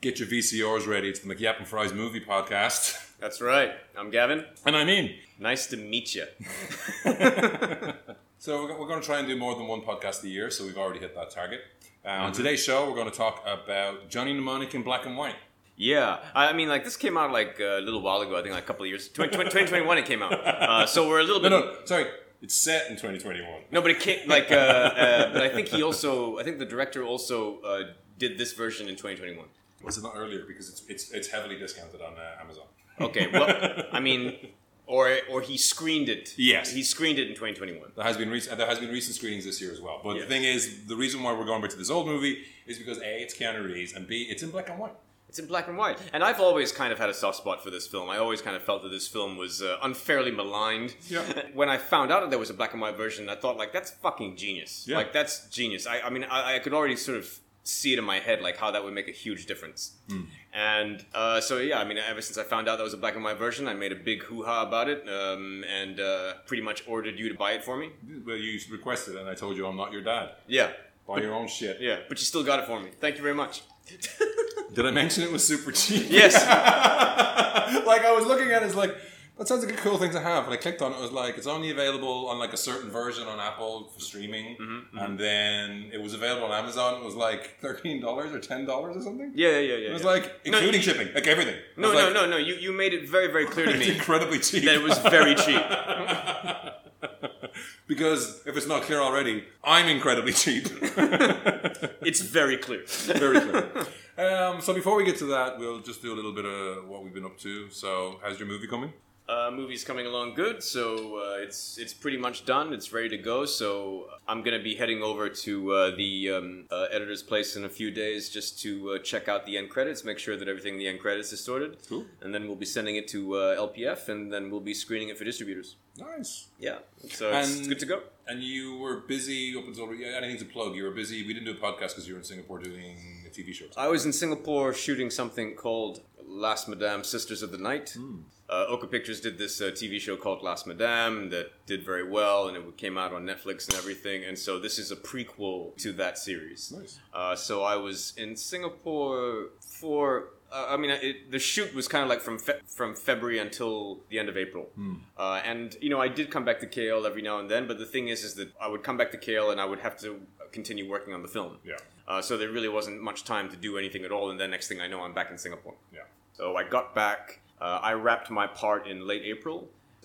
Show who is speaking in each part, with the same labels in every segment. Speaker 1: Get your VCRs ready. It's the McYap and Fries movie podcast.
Speaker 2: That's right. I'm Gavin.
Speaker 1: And I mean.
Speaker 2: Nice to meet you.
Speaker 1: so we're, go- we're going to try and do more than one podcast a year, so we've already hit that target. Uh, On today's show, we're going to talk about Johnny Mnemonic in Black and White.
Speaker 2: Yeah, I I mean, like this came out like uh, a little while ago. I think like a couple of years. 20, 2021 it came out. Uh, so we're a little
Speaker 1: No,
Speaker 2: bit.
Speaker 1: no, sorry. It's set in 2021.
Speaker 2: No, but it came like. Uh, uh, but I think he also. I think the director also uh, did this version in 2021.
Speaker 1: Was it not earlier? Because it's it's, it's heavily discounted on uh, Amazon.
Speaker 2: Okay. Well, I mean, or or he screened it.
Speaker 1: Yes.
Speaker 2: he screened it in 2021.
Speaker 1: There has been rec- uh, there has been recent screenings this year as well. But
Speaker 2: Yeah.
Speaker 1: the thing is, the reason why we're going back to this old movie is because a it's Keanu Reeves and b it's in black and white.
Speaker 2: It's in black and white, and I've always kind of had a soft spot for this film. I always kind of felt that this film was uh, unfairly maligned.
Speaker 1: Yeah.
Speaker 2: When I found out that there was a black and white version, I thought like that's fucking genius.
Speaker 1: Yeah.
Speaker 2: Like that's genius. I, I mean, I, I could already sort of see it in my head like how that would make a huge difference.
Speaker 1: Hmm.
Speaker 2: And uh, so yeah, I mean, ever since I found out there was a black and white version, I made a big hoo ha about it, um, and uh, pretty much ordered you to buy it for me.
Speaker 1: Well, you requested, it and I told you I'm not your dad.
Speaker 2: Yeah.
Speaker 1: Buy your own shit.
Speaker 2: Yeah, but you still got it for me. Thank you very much.
Speaker 1: Did I mention it was super cheap?
Speaker 2: Yes.
Speaker 1: like I was looking at it, it's like that sounds like a cool thing to have. And I clicked on it. It was like it's only available on like a certain version on Apple for streaming,
Speaker 2: Mm-hmm,
Speaker 1: and then it was available on Amazon. It was like thirteen dollars or ten dollars or something.
Speaker 2: Yeah, yeah, yeah. yeah
Speaker 1: It was like
Speaker 2: No,
Speaker 1: including shipping, like everything. It
Speaker 2: no,
Speaker 1: was
Speaker 2: no,
Speaker 1: like,
Speaker 2: no, no. You you made it very, very clear to
Speaker 1: It's
Speaker 2: me.
Speaker 1: incredibly cheap.
Speaker 2: that it was very cheap.
Speaker 1: because if it's not clear already, I'm incredibly cheap.
Speaker 2: It's very clear.
Speaker 1: Very clear. Um, so before we get to that, we'll just do a little bit of what we've been up to. So, how's your movie coming?
Speaker 2: Uh, movie's coming along good, so uh, it's it's pretty much done. It's ready to go. So uh, I'm gonna be heading over to uh, the um, uh, editor's place in a few days just to uh, check out the end credits, make sure that everything in the end credits is sorted,
Speaker 1: Cool.
Speaker 2: and then we'll be sending it to uh, LPF, and then we'll be screening it for distributors.
Speaker 1: Nice.
Speaker 2: Yeah, so it's,
Speaker 1: And-
Speaker 2: it's good to go.
Speaker 1: And you were busy up until yeah, anything to plug. You were busy. We didn't do a podcast because you were in Singapore doing a TV show.
Speaker 2: I was in Singapore shooting something called Last Madame Sisters of the Night.
Speaker 1: Hmm,
Speaker 2: Uh, Oka Pictures did this uh, TV show called Last Madame that did very well, and it came out on Netflix and everything. And so this is a prequel to that series.
Speaker 1: Nice.
Speaker 2: Uh, so I was in Singapore for. Uh, I mean, it, the shoot was kind of like from Fe- from February until the end of April, uh, and you know I did come back to KL every now and then. But the thing is, is that I would come back to KL and I would have to continue working on the film.
Speaker 1: Yeah.
Speaker 2: Uh, so there really wasn't much time to do anything at all, and then next thing I know, I'm back in Singapore.
Speaker 1: Yeah.
Speaker 2: So I got back. Uh, I wrapped my part in late April.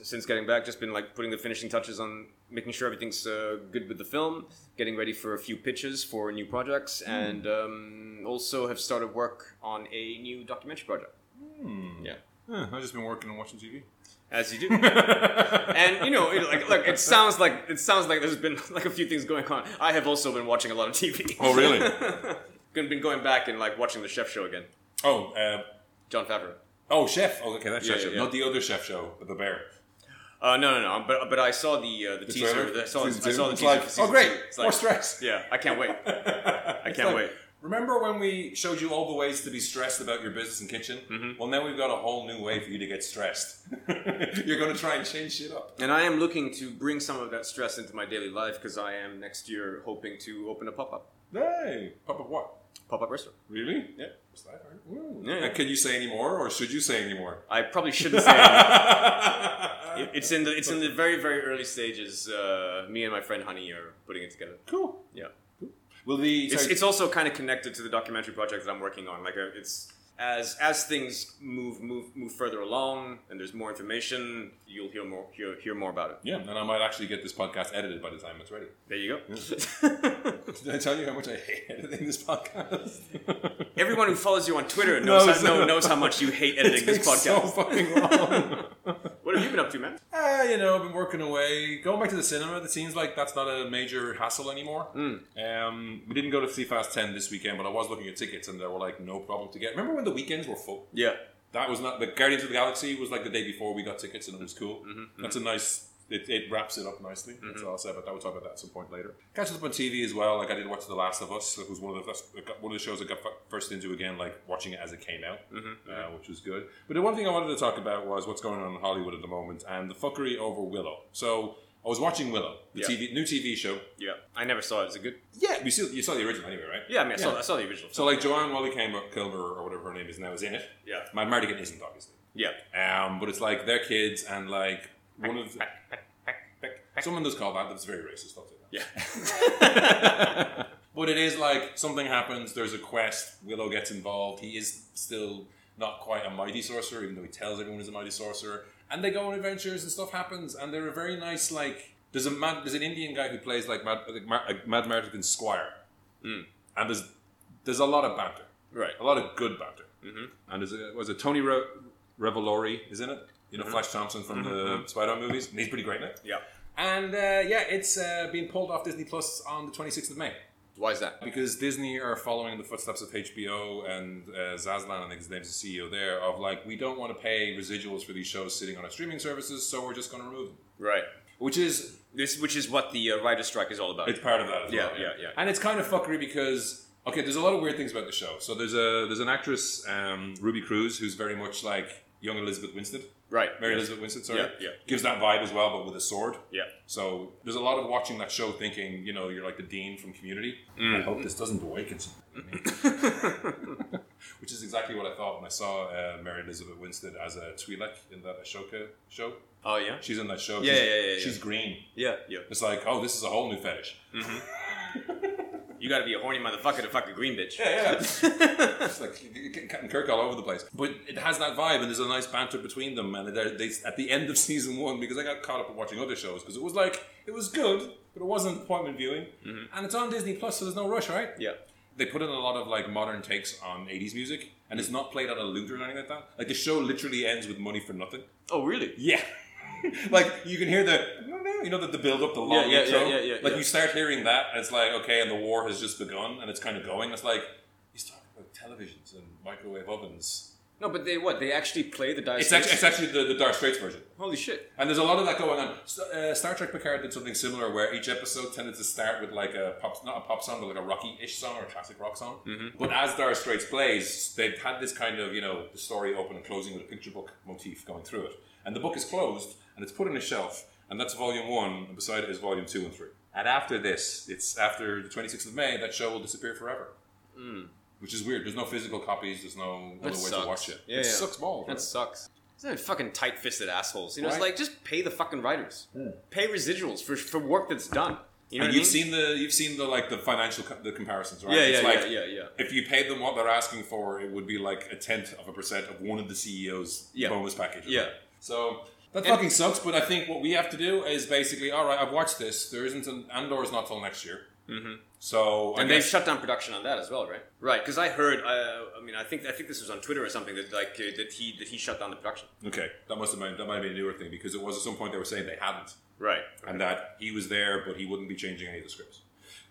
Speaker 2: Since getting back, just been like putting the finishing touches on making sure everything's uh, good with the film, getting ready for a few pitches for new projects,
Speaker 1: Hmm.
Speaker 2: and um, also have started work on a new documentary project.
Speaker 1: Hmm.
Speaker 2: Yeah,
Speaker 1: Huh, I've just been working and watching TV.
Speaker 2: as you do. and you know, it, like, look, it sounds like it sounds like there's been like a few things going on. I have also been watching a lot of TV.
Speaker 1: Oh, really?
Speaker 2: Been been going back and like watching the Chef Show again.
Speaker 1: Oh, uh,
Speaker 2: John Favreau.
Speaker 1: oh, chef. Oh, okay, that chef
Speaker 2: Yeah,
Speaker 1: show,
Speaker 2: yeah.
Speaker 1: not the other chef show, but the bear.
Speaker 2: Uh, no, no, no. But but I saw the uh, the, teaser.
Speaker 1: trailer?
Speaker 2: I saw, I
Speaker 1: Season two?
Speaker 2: saw the
Speaker 1: It's
Speaker 2: teaser.
Speaker 1: like,
Speaker 2: for season
Speaker 1: oh, great!
Speaker 2: two. It's
Speaker 1: More stress.
Speaker 2: Yeah, I can't wait.
Speaker 1: I
Speaker 2: can't wait.
Speaker 1: Remember when we showed you all the ways to be stressed about your business and kitchen?
Speaker 2: Mm-hmm.
Speaker 1: Well, now we've got a whole new way for you to get stressed. You're going to try and change shit up.
Speaker 2: And I am looking to bring some of that stress into my daily life because I am next year hoping to open a pop up
Speaker 1: Hey, Papa, what?
Speaker 2: pop up restaurant.
Speaker 1: Really? Yeah.
Speaker 2: Yeah, yeah.
Speaker 1: And can you say any more, or should you say any more?
Speaker 2: I probably shouldn't say. anything. It- it's in the it's in the very very early stages. Uh, me and my friend Honey are putting it together.
Speaker 1: cool.
Speaker 2: Yeah.
Speaker 1: Well, the
Speaker 2: It's,
Speaker 1: sorry-
Speaker 2: it's also kind of connected to the documentary project that I'm working on. Like, uh, it's as as things move move move further along, and there's more information, you'll hear more hear, hear more about it.
Speaker 1: yeah, and I might actually get this podcast edited by the time it's ready.
Speaker 2: There you go.
Speaker 1: Did I tell you how much I hate editing this podcast?
Speaker 2: Everyone who follows you on Twitter knows
Speaker 1: No,
Speaker 2: how,
Speaker 1: it's
Speaker 2: no,
Speaker 1: not.
Speaker 2: knows how much you hate
Speaker 1: It
Speaker 2: editing this
Speaker 1: takes so
Speaker 2: podcast.
Speaker 1: fucking long.
Speaker 2: what have you been up to, man?
Speaker 1: Ah, you know, I've been working away. Going back to the cinema, that seems like that's not a major hassle anymore. Um, we didn't go to See Fast 10 this weekend, but I was looking at tickets and there were like no problem to get. Remember when the weekends were full?
Speaker 2: Yeah.
Speaker 1: That was not, the Guardians of the Galaxy was like the day before we got tickets and it was cool.
Speaker 2: Hmm. Mm-hmm.
Speaker 1: That's a nice, it, it wraps it up nicely. That's all I'll say about that. We'll talk about that at some point later. Catching up on TV as well. Like I did watch The Last of Us. It was one of the, that's one of the shows I got f- first into again, like watching it as it came out
Speaker 2: Mm-hmm.
Speaker 1: uh, which was good. But the one thing I wanted to talk about was what's going on in Hollywood at the moment and the fuckery over Willow. So I was watching Willow, the
Speaker 2: Yeah.
Speaker 1: TV new TV show.
Speaker 2: Yeah, I never saw it. Is it good?
Speaker 1: Yeah, we saw, you saw the original anyway, right?
Speaker 2: Yeah, I mean, I, Saw, I saw the original.
Speaker 1: So like Joanne Wally Kilmer Kilmer or whatever her name is now is in it.
Speaker 2: yeah,
Speaker 1: Mad Mardigan isn't obviously,
Speaker 2: yeah,
Speaker 1: um, but it's like their kids and like one of someone does call that that's very racist. I'll say that.
Speaker 2: yeah.
Speaker 1: But it is like something happens. There's a quest. Willow gets involved. He is still not quite a mighty sorcerer, even though he tells everyone he's a mighty sorcerer. And they go on adventures and stuff happens. And they're a very nice like. There's a mad, there's an Indian guy who plays like Mad like Ma- like Mad Mardigan's squire,
Speaker 2: Mm.
Speaker 1: and there's there's a lot of banter,
Speaker 2: right.
Speaker 1: a lot of good banter.
Speaker 2: Mhm.
Speaker 1: And there's a, was it Tony Re- Revolori is in it? You know, Flash Thompson from the Spider-Man movies, and he's pretty great in it.
Speaker 2: Yeah.
Speaker 1: And uh, yeah, it's uh, being pulled off Disney Plus on the 26th of May.
Speaker 2: Why is that?
Speaker 1: Because Disney are following in the footsteps of HBO and uh, Zaslan, I think his name's the CEO there, of like, we don't want to pay residuals for these shows sitting on our streaming services, so we're just going to remove them.
Speaker 2: Right.
Speaker 1: Which is,
Speaker 2: This, which is what the uh, writer strike is all about.
Speaker 1: it's part of that as
Speaker 2: Yeah,
Speaker 1: well.
Speaker 2: yeah, yeah.
Speaker 1: And it's kind of fuckery because, okay, there's a lot of weird things about the show. So there's a there's an actress, um, Ruby Cruz, who's very much like young Elizabeth Winstead.
Speaker 2: right.
Speaker 1: Mary Elizabeth Winstead, sorry.
Speaker 2: Yeah, yeah.
Speaker 1: Gives that vibe as well, but with a sword.
Speaker 2: Yeah.
Speaker 1: So there's a lot of watching that show thinking, you know, you're like the dean from Community.
Speaker 2: Mm.
Speaker 1: I hope this doesn't awaken something. in me. Which is exactly what I thought when I saw uh, Mary Elizabeth Winstead as a Twi'lek in that Ashoka show.
Speaker 2: Oh yeah.
Speaker 1: She's in that show.
Speaker 2: Yeah,
Speaker 1: she's,
Speaker 2: yeah, yeah, yeah.
Speaker 1: She's green.
Speaker 2: Yeah, yeah.
Speaker 1: It's like, oh, this is a whole new fetish.
Speaker 2: You gotta be a horny motherfucker to fuck a green bitch.
Speaker 1: Yeah, It's like Captain Kirk all over the place. But it has that vibe, and there's a nice banter between them. And they're- they, at the end of season one, because I got caught up in watching other shows, because it was like, it was good, but it wasn't appointment viewing.
Speaker 2: Mm-hmm.
Speaker 1: And it's on Disney Plus, so there's no rush, right?
Speaker 2: yeah.
Speaker 1: They put in a lot of like modern takes on 80s music, and it's not played on a lute or anything like that. Like the show literally ends with money for nothing.
Speaker 2: Oh really?
Speaker 1: Yeah. like you can hear the you know the, the build up the long
Speaker 2: Yeah, yeah,
Speaker 1: intro.
Speaker 2: yeah, yeah, yeah,
Speaker 1: like
Speaker 2: yeah.
Speaker 1: you start hearing that and it's like okay and the war has just begun and it's kind of going it's like he's talking about televisions and microwave ovens
Speaker 2: No, but they what? They actually play the dice.
Speaker 1: it's actually, it's actually the, the Dark Straits version
Speaker 2: holy shit.
Speaker 1: and there's a lot of that going on S- uh, Star Trek Picard did something similar where each episode tended to start with like a pop not a pop song but like a rocky-ish song or a classic rock song but as Dire Straits plays they've had this kind of you know the story open and closing with a picture book motif going through it and the book is closed and it's put on a shelf and that's volume one and beside it is volume two and three and after this it's after the 26th of May that show will disappear forever Hmm. which is weird there's no physical copies there's no other
Speaker 2: That
Speaker 1: way
Speaker 2: sucks.
Speaker 1: to watch it
Speaker 2: Yeah,
Speaker 1: it
Speaker 2: yeah.
Speaker 1: sucks balls
Speaker 2: That
Speaker 1: right?
Speaker 2: sucks. Isn't it fucking tight-fisted assholes? You know,
Speaker 1: Right.
Speaker 2: it's like just pay the fucking writers, pay residuals for for work that's done. You know
Speaker 1: and
Speaker 2: what
Speaker 1: you've
Speaker 2: I
Speaker 1: seen
Speaker 2: mean?
Speaker 1: the you've seen the like the financial co- the comparisons, right?
Speaker 2: yeah,
Speaker 1: it's
Speaker 2: yeah,
Speaker 1: like
Speaker 2: yeah, yeah, yeah.
Speaker 1: if you paid them what they're asking for, it would be like a tenth of a percent of one of the CEO's
Speaker 2: Yeah.
Speaker 1: bonus package.
Speaker 2: Yeah.
Speaker 1: So that
Speaker 2: And-
Speaker 1: fucking sucks. But I think what we have to do is basically, all right, I've watched this. There isn't an Andor's not till next year. Mm-hmm. So I
Speaker 2: And they've
Speaker 1: guess-
Speaker 2: shut down production on that as well, right? Right, because I heard. Uh, I mean, I think I think this was on Twitter or something that like uh, that he that he shut down the production.
Speaker 1: okay, that must have been that might have been a newer thing because it was at some point they were saying they hadn't.
Speaker 2: Right.
Speaker 1: And that he was there, but he wouldn't be changing any of the scripts.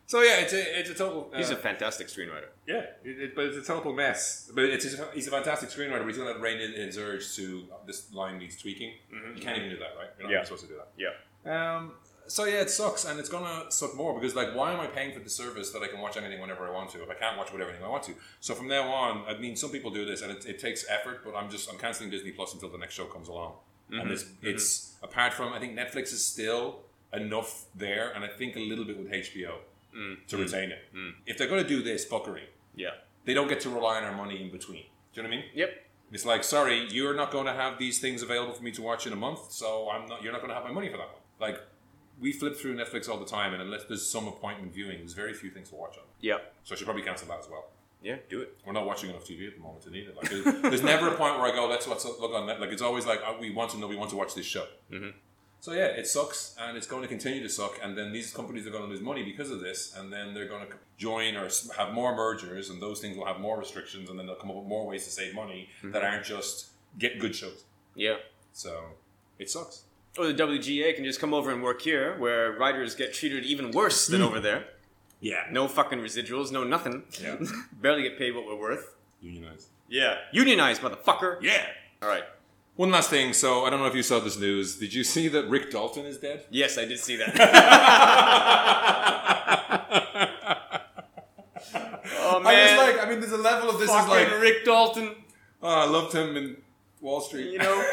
Speaker 1: So yeah, it's a it's a total.
Speaker 2: He's
Speaker 1: uh,
Speaker 2: a fantastic screenwriter.
Speaker 1: Yeah, it, it, but it's a total mess. But it's a, he's a fantastic screenwriter. But he's going to rein in his urge to uh, this line needs tweaking. You can't even do that, right? You're not
Speaker 2: Mm-hmm. Yeah.
Speaker 1: supposed to do that.
Speaker 2: Yeah.
Speaker 1: Um, so yeah, it sucks, and it's gonna suck more because like, why am I paying for the service that I can watch anything whenever I want to if I can't watch whatever anything I want to? So from now on, I mean, some people do this, and it, it takes effort, but I'm just I'm canceling Disney Plus until the next show comes along.
Speaker 2: Mm-hmm.
Speaker 1: And it's it's apart from I think Netflix is still enough there, and I think a little bit with HBO
Speaker 2: Mm.
Speaker 1: to retain it. If they're gonna do this fuckery,
Speaker 2: Yeah.
Speaker 1: they don't get to rely on our money in between. Do you know what I mean?
Speaker 2: Yep.
Speaker 1: It's like, sorry, you're not going to have these things available for me to watch in a month, so I'm not. You're not going to have my money for that one. Like, we flip through Netflix all the time, and unless there's some appointment viewing, there's very few things to watch on.
Speaker 2: Yeah.
Speaker 1: So I should probably cancel that as well.
Speaker 2: Yeah. Do it.
Speaker 1: We're not watching enough TV at the moment to need it. Like, there's, there's never a point where I go, let's watch, look on Netflix. Like, it's always like, oh, we want to know, we want to watch this show. Mm-hmm. So yeah, it sucks, and it's going to continue to suck. And then these companies are going to lose money because of this, and then they're going to join or s- have more mergers, and those things will have more restrictions, and then they'll come up with more ways to save money that aren't just get good shows.
Speaker 2: Yeah.
Speaker 1: So it sucks.
Speaker 2: Or the WGA can just come over and work here, where writers get treated even worse than over there.
Speaker 1: Yeah.
Speaker 2: No fucking residuals, no nothing.
Speaker 1: Yeah.
Speaker 2: Barely get paid what we're worth.
Speaker 1: Unionized.
Speaker 2: Yeah. Unionized, motherfucker.
Speaker 1: Yeah.
Speaker 2: All right.
Speaker 1: One last thing. So I don't know if you saw this news. Did you see that Rick Dalton is dead?
Speaker 2: Yes, I did see that. oh man.
Speaker 1: I was like, I mean, there's a level of this is
Speaker 2: fucking
Speaker 1: like
Speaker 2: Rick Dalton.
Speaker 1: Oh, I loved him in Wall Street.
Speaker 2: You know,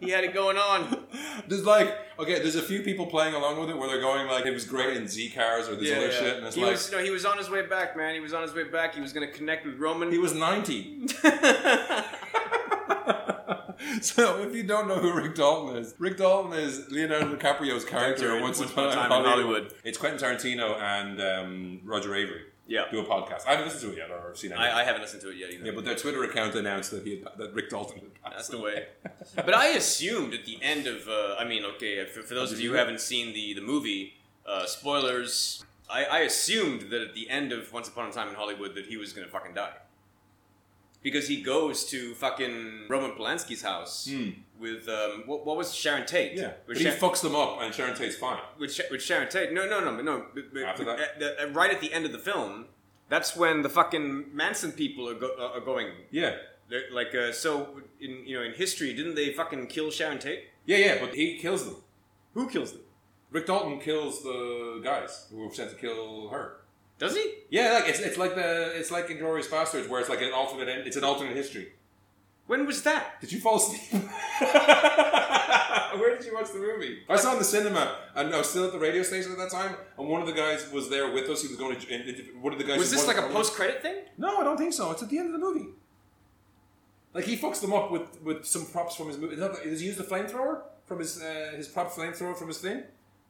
Speaker 2: He had it going on.
Speaker 1: There's like okay, there's a few people playing along with it where they're going like it was great in Z cars or this other shit, and it's
Speaker 2: he
Speaker 1: like
Speaker 2: was no, he was on his way back, man. He was on his way back. He was gonna connect with Roman.
Speaker 1: he was ninety. so if you don't know who Rick Dalton is, Rick Dalton is Leonardo DiCaprio's character
Speaker 2: Character
Speaker 1: in
Speaker 2: in
Speaker 1: Once
Speaker 2: Once
Speaker 1: Upon a
Speaker 2: Upon
Speaker 1: Time
Speaker 2: a Time in
Speaker 1: Hollywood.
Speaker 2: Hollywood.
Speaker 1: It's Quentin Tarantino and um, Roger Avery
Speaker 2: yeah,
Speaker 1: do a podcast. I haven't listened to it yet or seen it.
Speaker 2: I, I haven't listened to it yet either.
Speaker 1: yeah, but their Twitter account announced that he had, that Rick Dalton had passed.
Speaker 2: That's the way. But I assumed at the end of, uh, I mean, okay, for, for those of you who haven't seen the the movie, uh, spoilers. I, I assumed that at the end of Once Upon a Time in Hollywood that he was gonna fucking die. Because he goes to fucking Roman Polanski's house with um, what, what was Sharon Tate?
Speaker 1: Hmm. Yeah, but
Speaker 2: With
Speaker 1: he
Speaker 2: Sha-
Speaker 1: fucks them up, and Sharon Tate's fine.
Speaker 2: with, Sha- with Sharon Tate. No, no, no, no. But, but,
Speaker 1: After that?
Speaker 2: at the- at- right at the end of the film, that's when the fucking Manson people are, go- are are going.
Speaker 1: Yeah,
Speaker 2: They're, like, uh, so in you know in history, didn't they fucking kill Sharon Tate?
Speaker 1: yeah, yeah. But he kills them.
Speaker 2: Who kills them?
Speaker 1: Rick Dalton kills the guys who were sent to kill her.
Speaker 2: Does he?
Speaker 1: Yeah, like it's, it's like the it's like Inglorious Bastards, where it's like an alternate end. It's an alternate history.
Speaker 2: When was that?
Speaker 1: Did you fall asleep? Where did you watch the movie? I saw it in the cinema, and I was still at the radio station at that time. And one of the guys was there with us. He was going to. And and one of the guys
Speaker 2: Was
Speaker 1: who
Speaker 2: this
Speaker 1: wasn't
Speaker 2: like a
Speaker 1: going-
Speaker 2: post credit thing?
Speaker 1: No, I don't think so. It's at the end of the movie. Like he fucks them up with with some props from his movie. Not- Does he use the flamethrower from his uh, his prop flamethrower from his thing?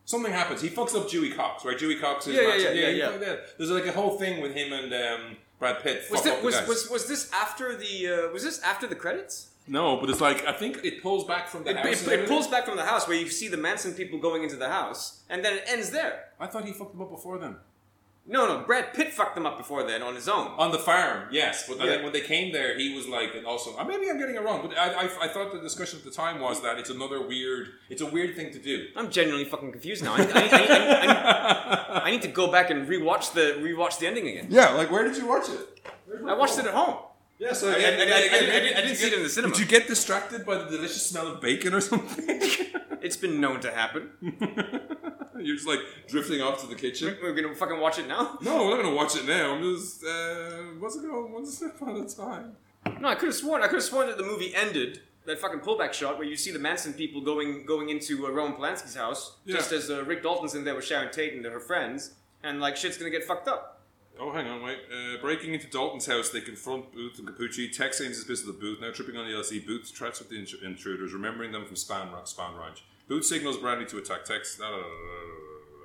Speaker 1: Something happens. He fucks up Dewey Cox, right? Dewey Cox is
Speaker 2: Yeah, yeah,
Speaker 1: Manson.
Speaker 2: yeah,
Speaker 1: he
Speaker 2: yeah,
Speaker 1: fucked it. There's like a whole thing with him and um, Brad Pitt.
Speaker 2: Was,
Speaker 1: fuck
Speaker 2: thi-
Speaker 1: up the
Speaker 2: was,
Speaker 1: guys.
Speaker 2: was, was this after the uh, was this after the credits?
Speaker 1: no, but it's like I think it pulls back from the
Speaker 2: It,
Speaker 1: house.
Speaker 2: it,
Speaker 1: and
Speaker 2: it pulls
Speaker 1: everything.
Speaker 2: back from the house where you see the Manson people going into the house, and then it ends there.
Speaker 1: I thought he fucked them up before then.
Speaker 2: No, no, Brad Pitt fucked them up before then on his own.
Speaker 1: On the farm, yes, but I
Speaker 2: Yeah.
Speaker 1: think when they came there, he was like, and also, uh, maybe I'm getting it wrong, but I, I, I thought the discussion at the time was that it's another weird, it's a weird thing to do.
Speaker 2: I'm genuinely fucking confused now. I, I, I, I, I, I need to go back and rewatch the rewatch the ending again.
Speaker 1: Yeah, like where did you watch it?
Speaker 2: I watched it at home.
Speaker 1: Yeah, so
Speaker 2: I- I- I- I- I didn't- I didn't see it in the cinema.
Speaker 1: Did you get distracted by the delicious smell of bacon or something?
Speaker 2: It's been known to happen.
Speaker 1: You're just like drifting off to the kitchen.
Speaker 2: We're gonna fucking watch it now.
Speaker 1: No, I'm not gonna watch it now. I'm just uh, what's it going? One step at a time.
Speaker 2: No, I could have sworn. I could have sworn that the movie ended that fucking pullback shot where you see the Manson people going going into uh, Roman Polanski's house, just
Speaker 1: Yeah.
Speaker 2: as uh, Rick Dalton's in there with Sharon Tate and her friends, and like shit's gonna get fucked up.
Speaker 1: Oh, hang on, wait. Uh, breaking into Dalton's house, they confront Booth and Capucci. Tex aims his pistol at Booth. Now tripping on the LC, Booth threats with the intr- intruders, remembering them from Span, Ra- Span Ranch. Booth signals Bradley to attack Tex. Da- da- da- da- da- da-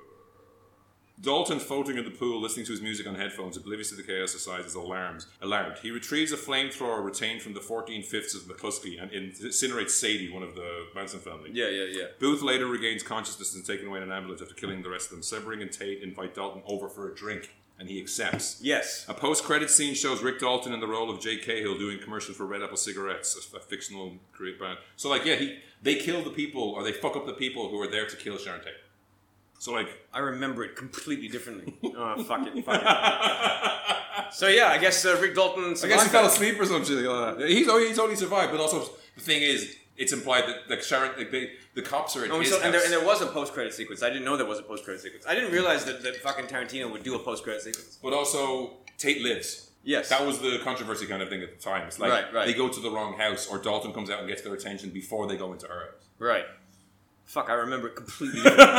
Speaker 1: da- da- da. Dalton floating in the pool, listening to his music on headphones, oblivious to the chaos aside is alarms. Alarmed, he retrieves a flamethrower retained from the 14 fifths of McCluskey and incinerates Sadie, one of the Manson family.
Speaker 2: Yeah, yeah, yeah.
Speaker 1: Booth later regains consciousness and is taken away in an ambulance after killing the rest of them. Severing and Tate invite Dalton over for a drink, and he accepts.
Speaker 2: Yes.
Speaker 1: A post-credit scene shows Rick Dalton in the role of Jay Cahill doing commercials for Red Apple cigarettes, a, a fictional create brand. So, like, yeah, he they kill the people or they fuck up the people who are there to kill Sharon Tate. So, like,
Speaker 2: I remember it completely differently. oh, fuck it, fuck it. So yeah, I guess uh, Rick Dalton.
Speaker 1: I guess he fell asleep or something like that. He's only, he's only survived, but also the thing is, it's implied that like Sharon, like they, the cops are at
Speaker 2: And, we
Speaker 1: his
Speaker 2: saw, and, there,
Speaker 1: house.
Speaker 2: and there was a post-credit sequence. I didn't know there was a post-credit sequence. I didn't realize that, that fucking Tarantino would do a post-credit sequence.
Speaker 1: but also Tate lives.
Speaker 2: Yes.
Speaker 1: That was the controversy kind of thing at the time. It's like
Speaker 2: Right, right.
Speaker 1: they go to the wrong house, or Dalton comes out and gets their attention before they go into her house.
Speaker 2: Right. Fuck, I remember it completely. differently.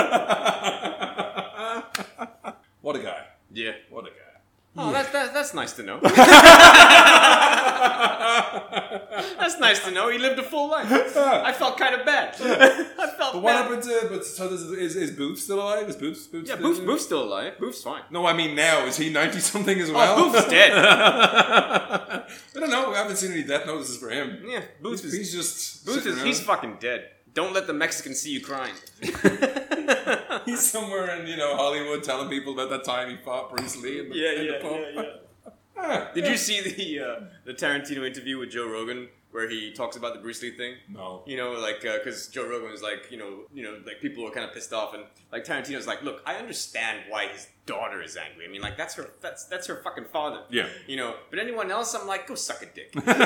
Speaker 1: What a guy!
Speaker 2: yeah.
Speaker 1: What a guy!
Speaker 2: Oh, that's, that's, that's nice to know. that's nice to know. He lived a full life. I felt kind of bad. I felt
Speaker 1: But what
Speaker 2: bad.
Speaker 1: happened to? But so does, is is Booth still alive? Is Booth? Booth
Speaker 2: Yeah,
Speaker 1: still
Speaker 2: Boof, Boof's still alive. Boof's fine.
Speaker 1: No, I mean now is he ninety something as well?
Speaker 2: Oh, Boof's dead.
Speaker 1: I don't know. We haven't seen any death notices for him.
Speaker 2: Yeah, Booth
Speaker 1: he's,
Speaker 2: is
Speaker 1: he's just
Speaker 2: Booth
Speaker 1: sitting
Speaker 2: is he's
Speaker 1: around.
Speaker 2: fucking dead. Don't let the Mexican see you crying.
Speaker 1: he's somewhere in you know Hollywood telling people about that time he fought Bruce Lee. In the, in the pub. Ah,
Speaker 2: Did
Speaker 1: yeah.
Speaker 2: you see the uh, the Tarantino interview with Joe Rogan where he talks about the Bruce Lee thing?
Speaker 1: No.
Speaker 2: You know, like because Joe Rogan was like, you know, you know, like people were kind of pissed off, and like Tarantino's like, look, I understand why his daughter is angry. I mean, like that's her, that's that's her fucking father.
Speaker 1: Yeah.
Speaker 2: You know, but anyone else, I'm like, go suck a dick. Fuck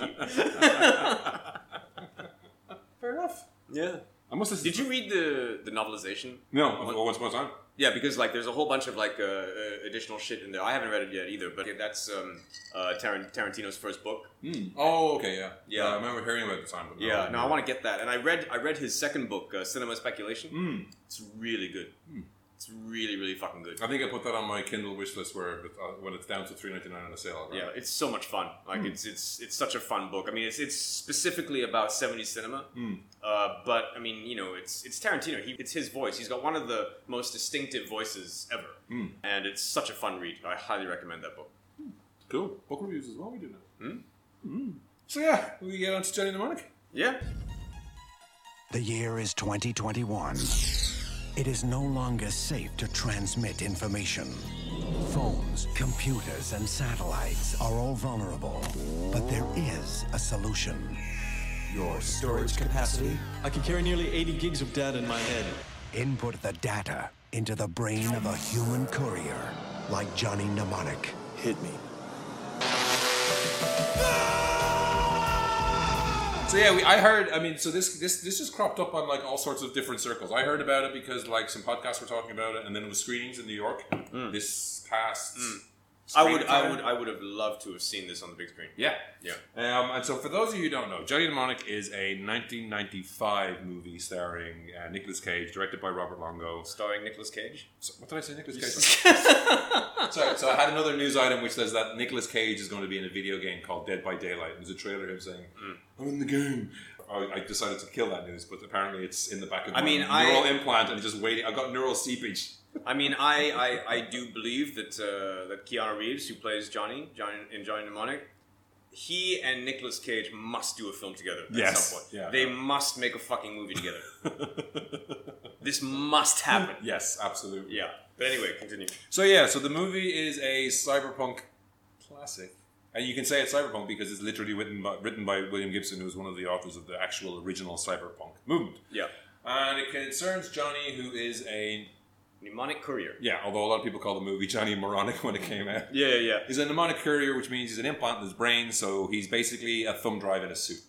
Speaker 2: you.
Speaker 1: Fair enough.
Speaker 2: Yeah.
Speaker 1: I'm must have.
Speaker 2: Did you read the the novelization?
Speaker 1: No, of Once Upon a Time.
Speaker 2: Yeah, because like there's a whole bunch of like uh, uh, additional shit in there. I haven't read it yet either, but that's um, uh, Taran- Tarantino's first book.
Speaker 1: Hmm. Oh, okay, yeah,
Speaker 2: Yeah.
Speaker 1: I remember hearing about it at the time. But no,
Speaker 2: Oh, Yeah, no, I want to get that. And I read I read his second book, uh, Cinema Speculation.
Speaker 1: Mm.
Speaker 2: It's really good. It's really really fucking good.
Speaker 1: I think I put that on my Kindle wish list where but, uh, when it's down to three ninety nine on a sale. I'll grab
Speaker 2: Yeah,
Speaker 1: it.
Speaker 2: it's so much fun. Like it's it's it's such a fun book. I mean, it's it's specifically about 70s cinema. Uh, but I mean, you know, it's it's Tarantino. He, it's his voice. He's got one of the most distinctive voices ever, and it's such a fun read. I highly recommend that book.
Speaker 1: cool. Book reviews as well. We do now. Mm. So yeah, we get on to Johnny Mnemonic.
Speaker 2: Yeah,
Speaker 3: The year is 2021. It is no longer safe to transmit information. Phones, computers, and satellites are all vulnerable, but there is a solution. Your storage capacity?
Speaker 4: I can carry nearly 80 gigs of data in my head.
Speaker 3: Input the data into the brain of a human courier, like Johnny Mnemonic.
Speaker 4: Hit me.
Speaker 1: So yeah, we, I heard. I mean, so this this this just cropped up on like all sorts of different circles. I heard about it because like some podcasts were talking about it, and then it was screenings in New York this past.
Speaker 2: I would I
Speaker 1: springtime.
Speaker 2: would I would have loved to have seen this on the big screen.
Speaker 1: Yeah,
Speaker 2: Yeah.
Speaker 1: Um, and so, for those of you who don't know, Johnny Mnemonic is a 1995 movie starring uh, Nicolas Cage, directed by Robert Longo.
Speaker 2: starring Nicolas Cage.
Speaker 1: So, what did I say, Nicolas Cage? Sorry. So I had another news item which says that Nicolas Cage is going to be in a video game called Dead by Daylight. There's a trailer of him saying, "I'm in the game." I, I decided to kill that news, but apparently it's in the back of
Speaker 2: I
Speaker 1: my
Speaker 2: mean, I-
Speaker 1: neural implant and just waiting. I've got neural seepage.
Speaker 2: I mean, I, I, I do believe that uh, that Keanu Reeves, who plays Johnny, Johnny in Johnny Mnemonic, he and Nicolas Cage must do a film together at
Speaker 1: Yes.
Speaker 2: some point.
Speaker 1: Yeah.
Speaker 2: They must make a fucking movie together. this must happen.
Speaker 1: Yes, absolutely.
Speaker 2: Yeah. But anyway, continue.
Speaker 1: So yeah, so the movie is a cyberpunk classic, and you can say it's cyberpunk because it's literally written by, written by William Gibson, who was one of the authors of the actual original cyberpunk movement.
Speaker 2: Yeah.
Speaker 1: And it concerns Johnny, who is a
Speaker 2: Mnemonic Courier.
Speaker 1: yeah. Although a lot of people call the movie Johnny Moronic when it came out,
Speaker 2: Yeah, yeah, yeah.
Speaker 1: he's a mnemonic courier, which means he's an implant in his brain, so he's basically a thumb drive in a suit.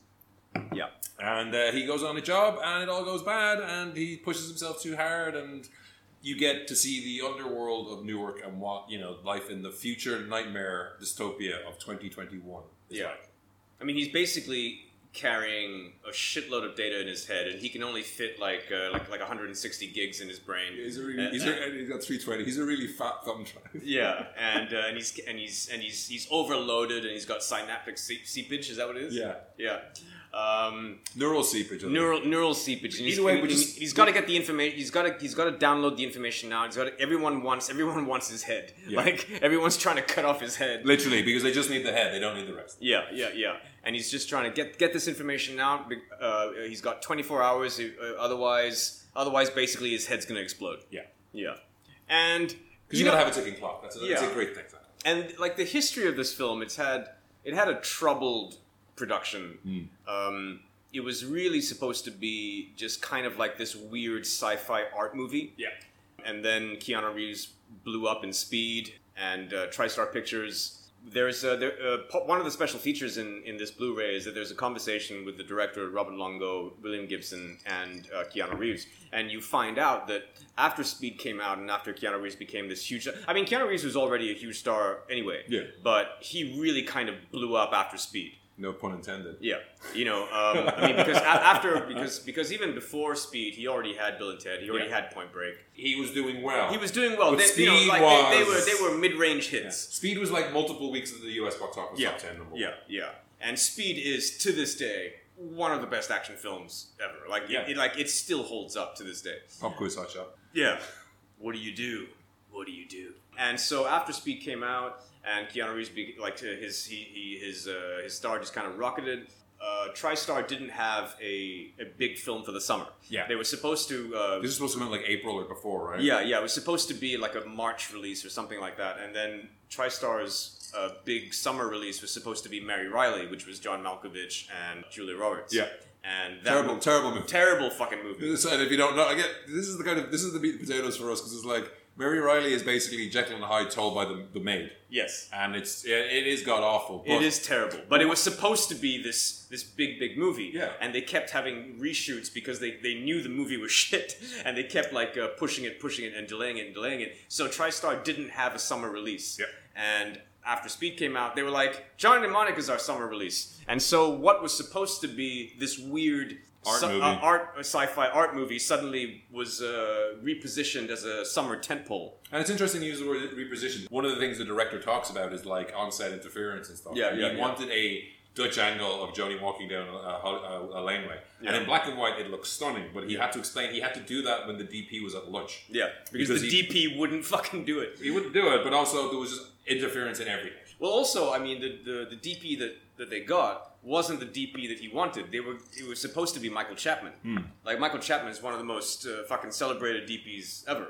Speaker 2: Yeah.
Speaker 1: And uh, he goes on a job, and it all goes bad, and he pushes himself too hard, and you get to see the underworld of Newark and what you know life in the future nightmare dystopia of 2021. is
Speaker 2: Yeah.
Speaker 1: like.
Speaker 2: I mean, he's basically carrying a shitload of data in his head, and he can only fit like uh, like like 160 gigs in his brain.
Speaker 1: He's a really,
Speaker 2: Uh,
Speaker 1: he's, a, and he's got 320. He's a really fat thumb drive.
Speaker 2: Yeah, and uh, and he's and he's and he's he's overloaded, and he's got synaptic seep- seepage. Is that what it is?
Speaker 1: Yeah.
Speaker 2: yeah. Um,
Speaker 1: Neural seepage. I think.
Speaker 2: neural neural seepage. And he's,
Speaker 1: Either way,
Speaker 2: and-
Speaker 1: we
Speaker 2: and
Speaker 1: just-
Speaker 2: he's got to get the information. He's got to he's got to download the information now. He's got to, everyone wants everyone wants his head.
Speaker 1: Yeah.
Speaker 2: Like everyone's trying to cut off his head.
Speaker 1: Literally, because they just need the head. They don't need the rest.
Speaker 2: Yeah, yeah, yeah. And he's just trying to get get this information out. be- Uh, he's got 24 hours. uh, Otherwise, otherwise, basically, his head's gonna explode.
Speaker 1: Yeah.
Speaker 2: Yeah, and
Speaker 1: Because you, gotta have a ticking clock. That's a, that's
Speaker 2: Yeah.
Speaker 1: a great thing.
Speaker 2: and like the history of this film it's had it had a troubled production um, it was really supposed to be just kind of like this weird sci-fi art movie
Speaker 1: Yeah.
Speaker 2: and then keanu reeves blew up in speed and uh, tristar pictures there's uh there, uh, po- one of the special features in, in this blu-ray is that there's a conversation with the director robert longo william gibson and uh, keanu reeves and you find out that after speed came out and after keanu reeves became this huge i mean keanu reeves was already a huge star anyway
Speaker 1: Yeah.
Speaker 2: but he really kind of blew up after speed
Speaker 1: No pun intended.
Speaker 2: yeah, you know, um, I mean, because a- after because because even before Speed, he already had Bill and Ted. He already
Speaker 1: Yeah.
Speaker 2: had Point Break.
Speaker 1: He was doing well.
Speaker 2: He was doing well.
Speaker 1: But
Speaker 2: They, you know,
Speaker 1: Speed
Speaker 2: like, they, they were
Speaker 1: was-
Speaker 2: they were mid range hits.
Speaker 1: Speed was like multiple weeks of the U.S. box office
Speaker 2: Yeah,
Speaker 1: top ten number. one.
Speaker 2: yeah, yeah. And Speed is to this day one of the best action films ever. Like,
Speaker 1: Yeah.
Speaker 2: it, it- like it still holds up to this day.
Speaker 1: Pop quiz, hot shot.
Speaker 2: Yeah. What do you do? What do you do? And so after Speed came out, and Keanu Reeves, be, like uh, his he, he his uh, his star just kind of rocketed. Uh, TriStar didn't have a, a big film for the summer.
Speaker 1: Yeah.
Speaker 2: they were supposed to. Uh,
Speaker 1: This is supposed to come out like April or before, right?
Speaker 2: yeah, yeah, it was supposed to be like a March release or something like that, and then TriStar's uh, big summer release was supposed to be Mary Riley, which was John Malkovich and Julia Roberts.
Speaker 1: Yeah.
Speaker 2: and that
Speaker 1: Terrible,
Speaker 2: mo-
Speaker 1: terrible movie.
Speaker 2: terrible fucking movie.
Speaker 1: This- and if you don't know, I get this is the kind of this is the meat and potatoes for us because it's like Mary Riley is basically Jekyll and Hyde told by the, the maid,
Speaker 2: Yes.
Speaker 1: and it's it, it is god awful. But
Speaker 2: It is terrible, but it was supposed to be this this big big movie,
Speaker 1: Yeah.
Speaker 2: and they kept having reshoots because they, they knew the movie was shit, and they kept like uh, pushing it, pushing it, and delaying it, and delaying it. So TriStar didn't have a summer release,
Speaker 1: Yeah.
Speaker 2: and after Speed came out, they were like Johnny Mnemonic is our summer release, and so what was supposed to be this weird
Speaker 1: Art
Speaker 2: su-
Speaker 1: movie.
Speaker 2: uh, art uh, sci-fi art movie suddenly was uh, repositioned as a summer tentpole.
Speaker 1: And it's interesting you use the word reposition. One of the things the director talks about is like on-set interference and stuff.
Speaker 2: Yeah,
Speaker 1: he
Speaker 2: yeah, yeah.
Speaker 1: wanted a Dutch angle of Joni walking down a, a, a laneway, and in black and white it looks stunning. But he had to explain he had to do that when the DP was at lunch.
Speaker 2: Yeah, because,
Speaker 1: Because
Speaker 2: the
Speaker 1: he-
Speaker 2: DP wouldn't fucking do it.
Speaker 1: he wouldn't do it. But also there was just interference in everything.
Speaker 2: Well, also, I mean, the, the, the DP that, that they got wasn't the DP that he wanted. They were it was supposed to be Michael Chapman.
Speaker 1: Hmm.
Speaker 2: Like Michael Chapman is one of the most uh, fucking celebrated DPs ever,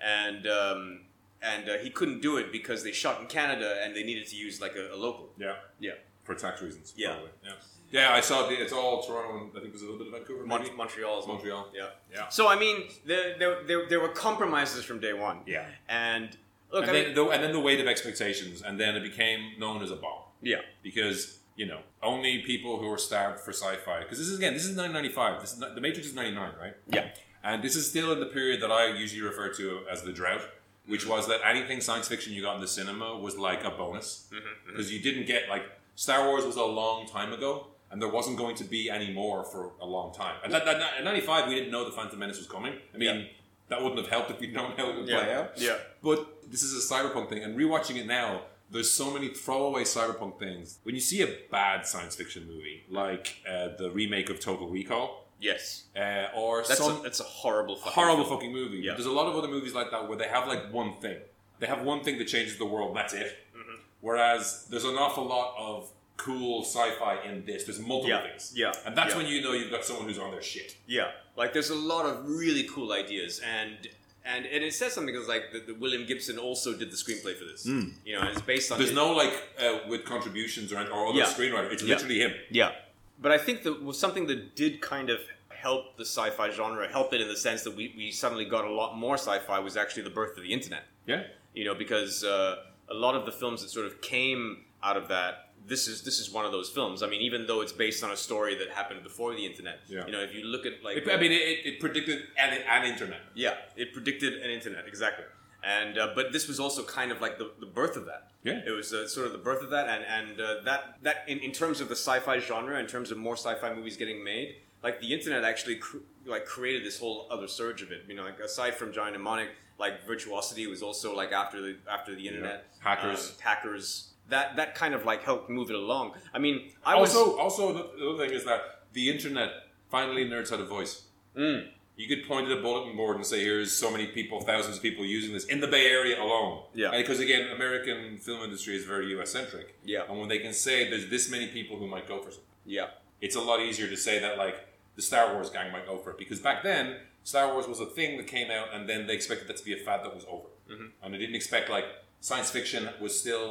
Speaker 2: and um, and uh, he couldn't do it because they shot in Canada and they needed to use like a, a local.
Speaker 1: Yeah,
Speaker 2: Yeah,
Speaker 1: for tax reasons.
Speaker 2: Yeah.
Speaker 1: probably. yeah, yeah. I saw the, it's all Toronto and I think there's a little bit of Vancouver.
Speaker 2: Mon-
Speaker 1: maybe?
Speaker 2: Montreal. as well.
Speaker 1: Montreal.
Speaker 2: Yeah.
Speaker 1: Yeah.
Speaker 2: So I mean, there there, there, there were compromises from day one.
Speaker 1: Yeah.
Speaker 2: And look,
Speaker 1: And
Speaker 2: I mean,
Speaker 1: then, the, and then the weight of expectations, and then it became known as a bomb.
Speaker 2: yeah.
Speaker 1: because you know only people who are stabbed for sci-fi because this is again this is 995 this is not, the matrix is 99 right
Speaker 2: Yeah.
Speaker 1: and this is still in the period that i usually refer to as the drought which was that anything science fiction you got in the cinema was like a bonus because you didn't get like star wars was a long time ago and there wasn't going to be any more for a long time and that, that, that- in 95 we didn't know the phantom menace was coming i mean
Speaker 2: Yeah.
Speaker 1: that wouldn't have helped if we'd known how it would play
Speaker 2: Yeah.
Speaker 1: out
Speaker 2: Yeah.
Speaker 1: but this is a cyberpunk thing, and rewatching it now, there's so many throwaway cyberpunk things. When you see a bad science fiction movie, like uh, the remake of Total Recall,
Speaker 2: Yes.
Speaker 1: uh, or
Speaker 2: That's
Speaker 1: some
Speaker 2: a, that's a horrible fucking
Speaker 1: horrible
Speaker 2: film.
Speaker 1: fucking movie.
Speaker 2: Yeah.
Speaker 1: There's a lot of other movies like that where they have like one thing. They have one thing that changes the world, and that's it.
Speaker 2: Mm-hmm.
Speaker 1: Whereas there's an awful lot of cool sci-fi in this. There's multiple
Speaker 2: Yeah,
Speaker 1: things.
Speaker 2: yeah,
Speaker 1: And that's
Speaker 2: yeah.
Speaker 1: when you know you've got someone who's on their shit.
Speaker 2: Yeah, like there's a lot of really cool ideas, and and and it says something because like the, the William Gibson also did the screenplay for this. You know, and it's based on
Speaker 1: Hmm. There's
Speaker 2: it-
Speaker 1: no like uh, with contributions or, or other
Speaker 2: Yeah.
Speaker 1: screenwriter. It's
Speaker 2: Yeah.
Speaker 1: literally him.
Speaker 2: yeah, but I think that was something that did kind of help the sci-fi genre, help it in the sense that we we suddenly got a lot more sci-fi was actually the birth of the internet.
Speaker 1: Yeah.
Speaker 2: You know, because uh, a lot of the films that sort of came out of that. This is this is one of those films. I mean, even though it's based on a story that happened before the internet,
Speaker 1: Yeah.
Speaker 2: you know, if you look at like
Speaker 1: It, I mean, it, it- it predicted an, an internet.
Speaker 2: Yeah, it predicted an internet exactly, and uh, but this was also kind of like the, the birth of that.
Speaker 1: Yeah.
Speaker 2: it was uh, sort of the birth of that, and and uh, that that in, in terms of the sci-fi genre, in terms of more sci-fi movies getting made, like the internet actually cr- like created this whole other surge of it. You know, like aside from Johnny Mnemonic, like Virtuosity was also like after the after the internet
Speaker 1: Hackers.
Speaker 2: um, hackers. That, that kind of like helped move it along. I mean, I
Speaker 1: also,
Speaker 2: was
Speaker 1: also the, the other thing is that the internet finally nerds had a voice.
Speaker 2: Mm.
Speaker 1: You could point at a bulletin board and say, "Here's so many people, thousands of people using this in the Bay Area alone."
Speaker 2: Yeah.
Speaker 1: because again, American film industry is very U.S. centric.
Speaker 2: Yeah.
Speaker 1: and when they can say there's this many people who might go for something,
Speaker 2: yeah
Speaker 1: it's a lot easier to say that like the Star Wars gang might go for it because back then Star Wars was a thing that came out and then they expected that to be a fad that was over, mm-hmm. and they didn't expect like science fiction was still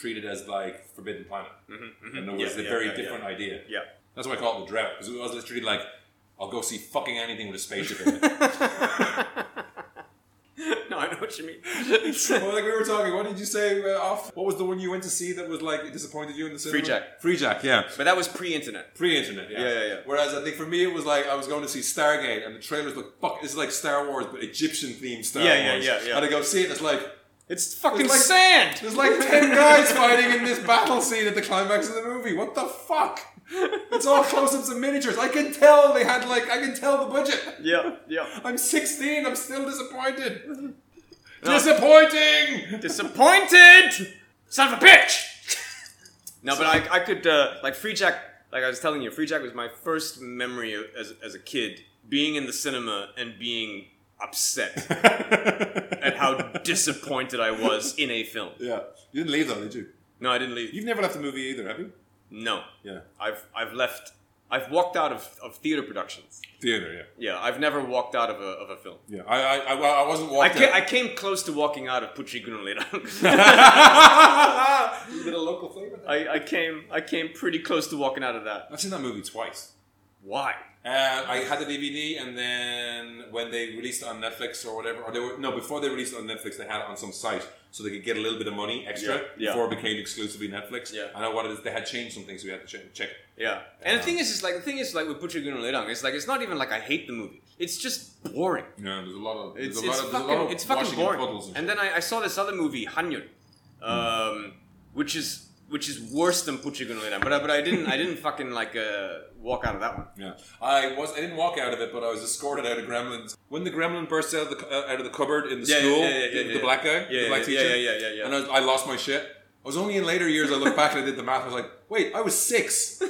Speaker 1: treated as like Forbidden Planet, mm-hmm. and it was
Speaker 2: Yeah,
Speaker 1: a
Speaker 2: yeah,
Speaker 1: very
Speaker 2: yeah,
Speaker 1: different idea.
Speaker 2: yeah.
Speaker 1: That's why I call it the drought because it was literally like I'll go see fucking anything with a spaceship in it.
Speaker 2: no, I know what you mean. It's-
Speaker 1: well, like we were talking, what did you say uh, off? What was the one you went to see that was like it disappointed you in the cinema?
Speaker 2: Free Jack.
Speaker 1: Free Jack, yeah.
Speaker 2: but that was pre-internet.
Speaker 1: pre-internet. Yeah.
Speaker 2: Yeah, yeah, yeah.
Speaker 1: Whereas I think for me it was like I was going to see Stargate, and the trailers looked fuck. This is like Star Wars, but Egyptian themed Star
Speaker 2: Yeah, yeah,
Speaker 1: Wars.
Speaker 2: yeah, yeah.
Speaker 1: And I go see it, and it's like
Speaker 2: It's fucking
Speaker 1: It's like-
Speaker 2: sand.
Speaker 1: there's like ten guys fighting in this battle scene at the climax of the movie. What the fuck? It's all close-ups and miniatures. I can tell they had like I can tell the budget.
Speaker 2: Yeah, yeah.
Speaker 1: I'm 16. I'm still disappointed. Disappointing.
Speaker 2: Disappointed, son of a bitch. no, but I, I could uh, like Free Jack. Like I was telling you, Free Jack was my first memory of, as as a kid being in the cinema and being upset at how disappointed I was in a film.
Speaker 1: yeah, you didn't leave though, did you?
Speaker 2: No, I didn't leave.
Speaker 1: You've never left a movie either, have you?
Speaker 2: No,
Speaker 1: Yeah,
Speaker 2: I've I've left. I've walked out of, of theater productions.
Speaker 1: theater. Yeah.
Speaker 2: Yeah, I've never walked out of a, of a film.
Speaker 1: Yeah, I, I, I, I wasn't
Speaker 2: I
Speaker 1: walking.
Speaker 2: came, I came close to walking out of Pucci Gunulera.
Speaker 1: a bit of local flavor.
Speaker 2: I, I came I came pretty close to walking out of that.
Speaker 1: I've seen that movie twice.
Speaker 2: Why?
Speaker 1: Uh, I had the DVD, and then when they released it on Netflix or whatever, or they were no before they released it on Netflix, they had it on some site so they could get a little bit of money extra
Speaker 2: Yeah, yeah.
Speaker 1: before it became exclusively Netflix.
Speaker 2: Yeah.
Speaker 1: I know what it is. They had changed some things, so we had to check, check it.
Speaker 2: Yeah. And the thing is, is like the thing is, like with Butcher Gun and Lerang, it's like it's not even like I hate the movie. It's just boring.
Speaker 1: Yeah, there's a lot of there's
Speaker 2: It's,
Speaker 1: a lot
Speaker 2: it's,
Speaker 1: of there's a lot
Speaker 2: fucking,
Speaker 1: of
Speaker 2: it's fucking
Speaker 1: washing of
Speaker 2: boring.
Speaker 1: puddles and,
Speaker 2: And
Speaker 1: shit.
Speaker 2: then I, I saw this other movie, Hanyun, um, which is which is worse than Puchigun Lerang. But I- but I didn't I didn't fucking like uh, walk out of that one.
Speaker 1: Yeah, I was. I didn't walk out of it, but I was escorted out of Gremlins when the Gremlin bursts out of the uh, out of the cupboard in the
Speaker 2: Yeah,
Speaker 1: school.
Speaker 2: yeah, yeah, yeah,
Speaker 1: the,
Speaker 2: yeah,
Speaker 1: the
Speaker 2: yeah.
Speaker 1: black guy,
Speaker 2: Yeah,
Speaker 1: the black
Speaker 2: yeah, yeah,
Speaker 1: teacher.
Speaker 2: yeah, yeah, yeah.
Speaker 1: And I, was- I lost my shit. I was only in later years I looked back and I did the math. I was like, wait, I was six.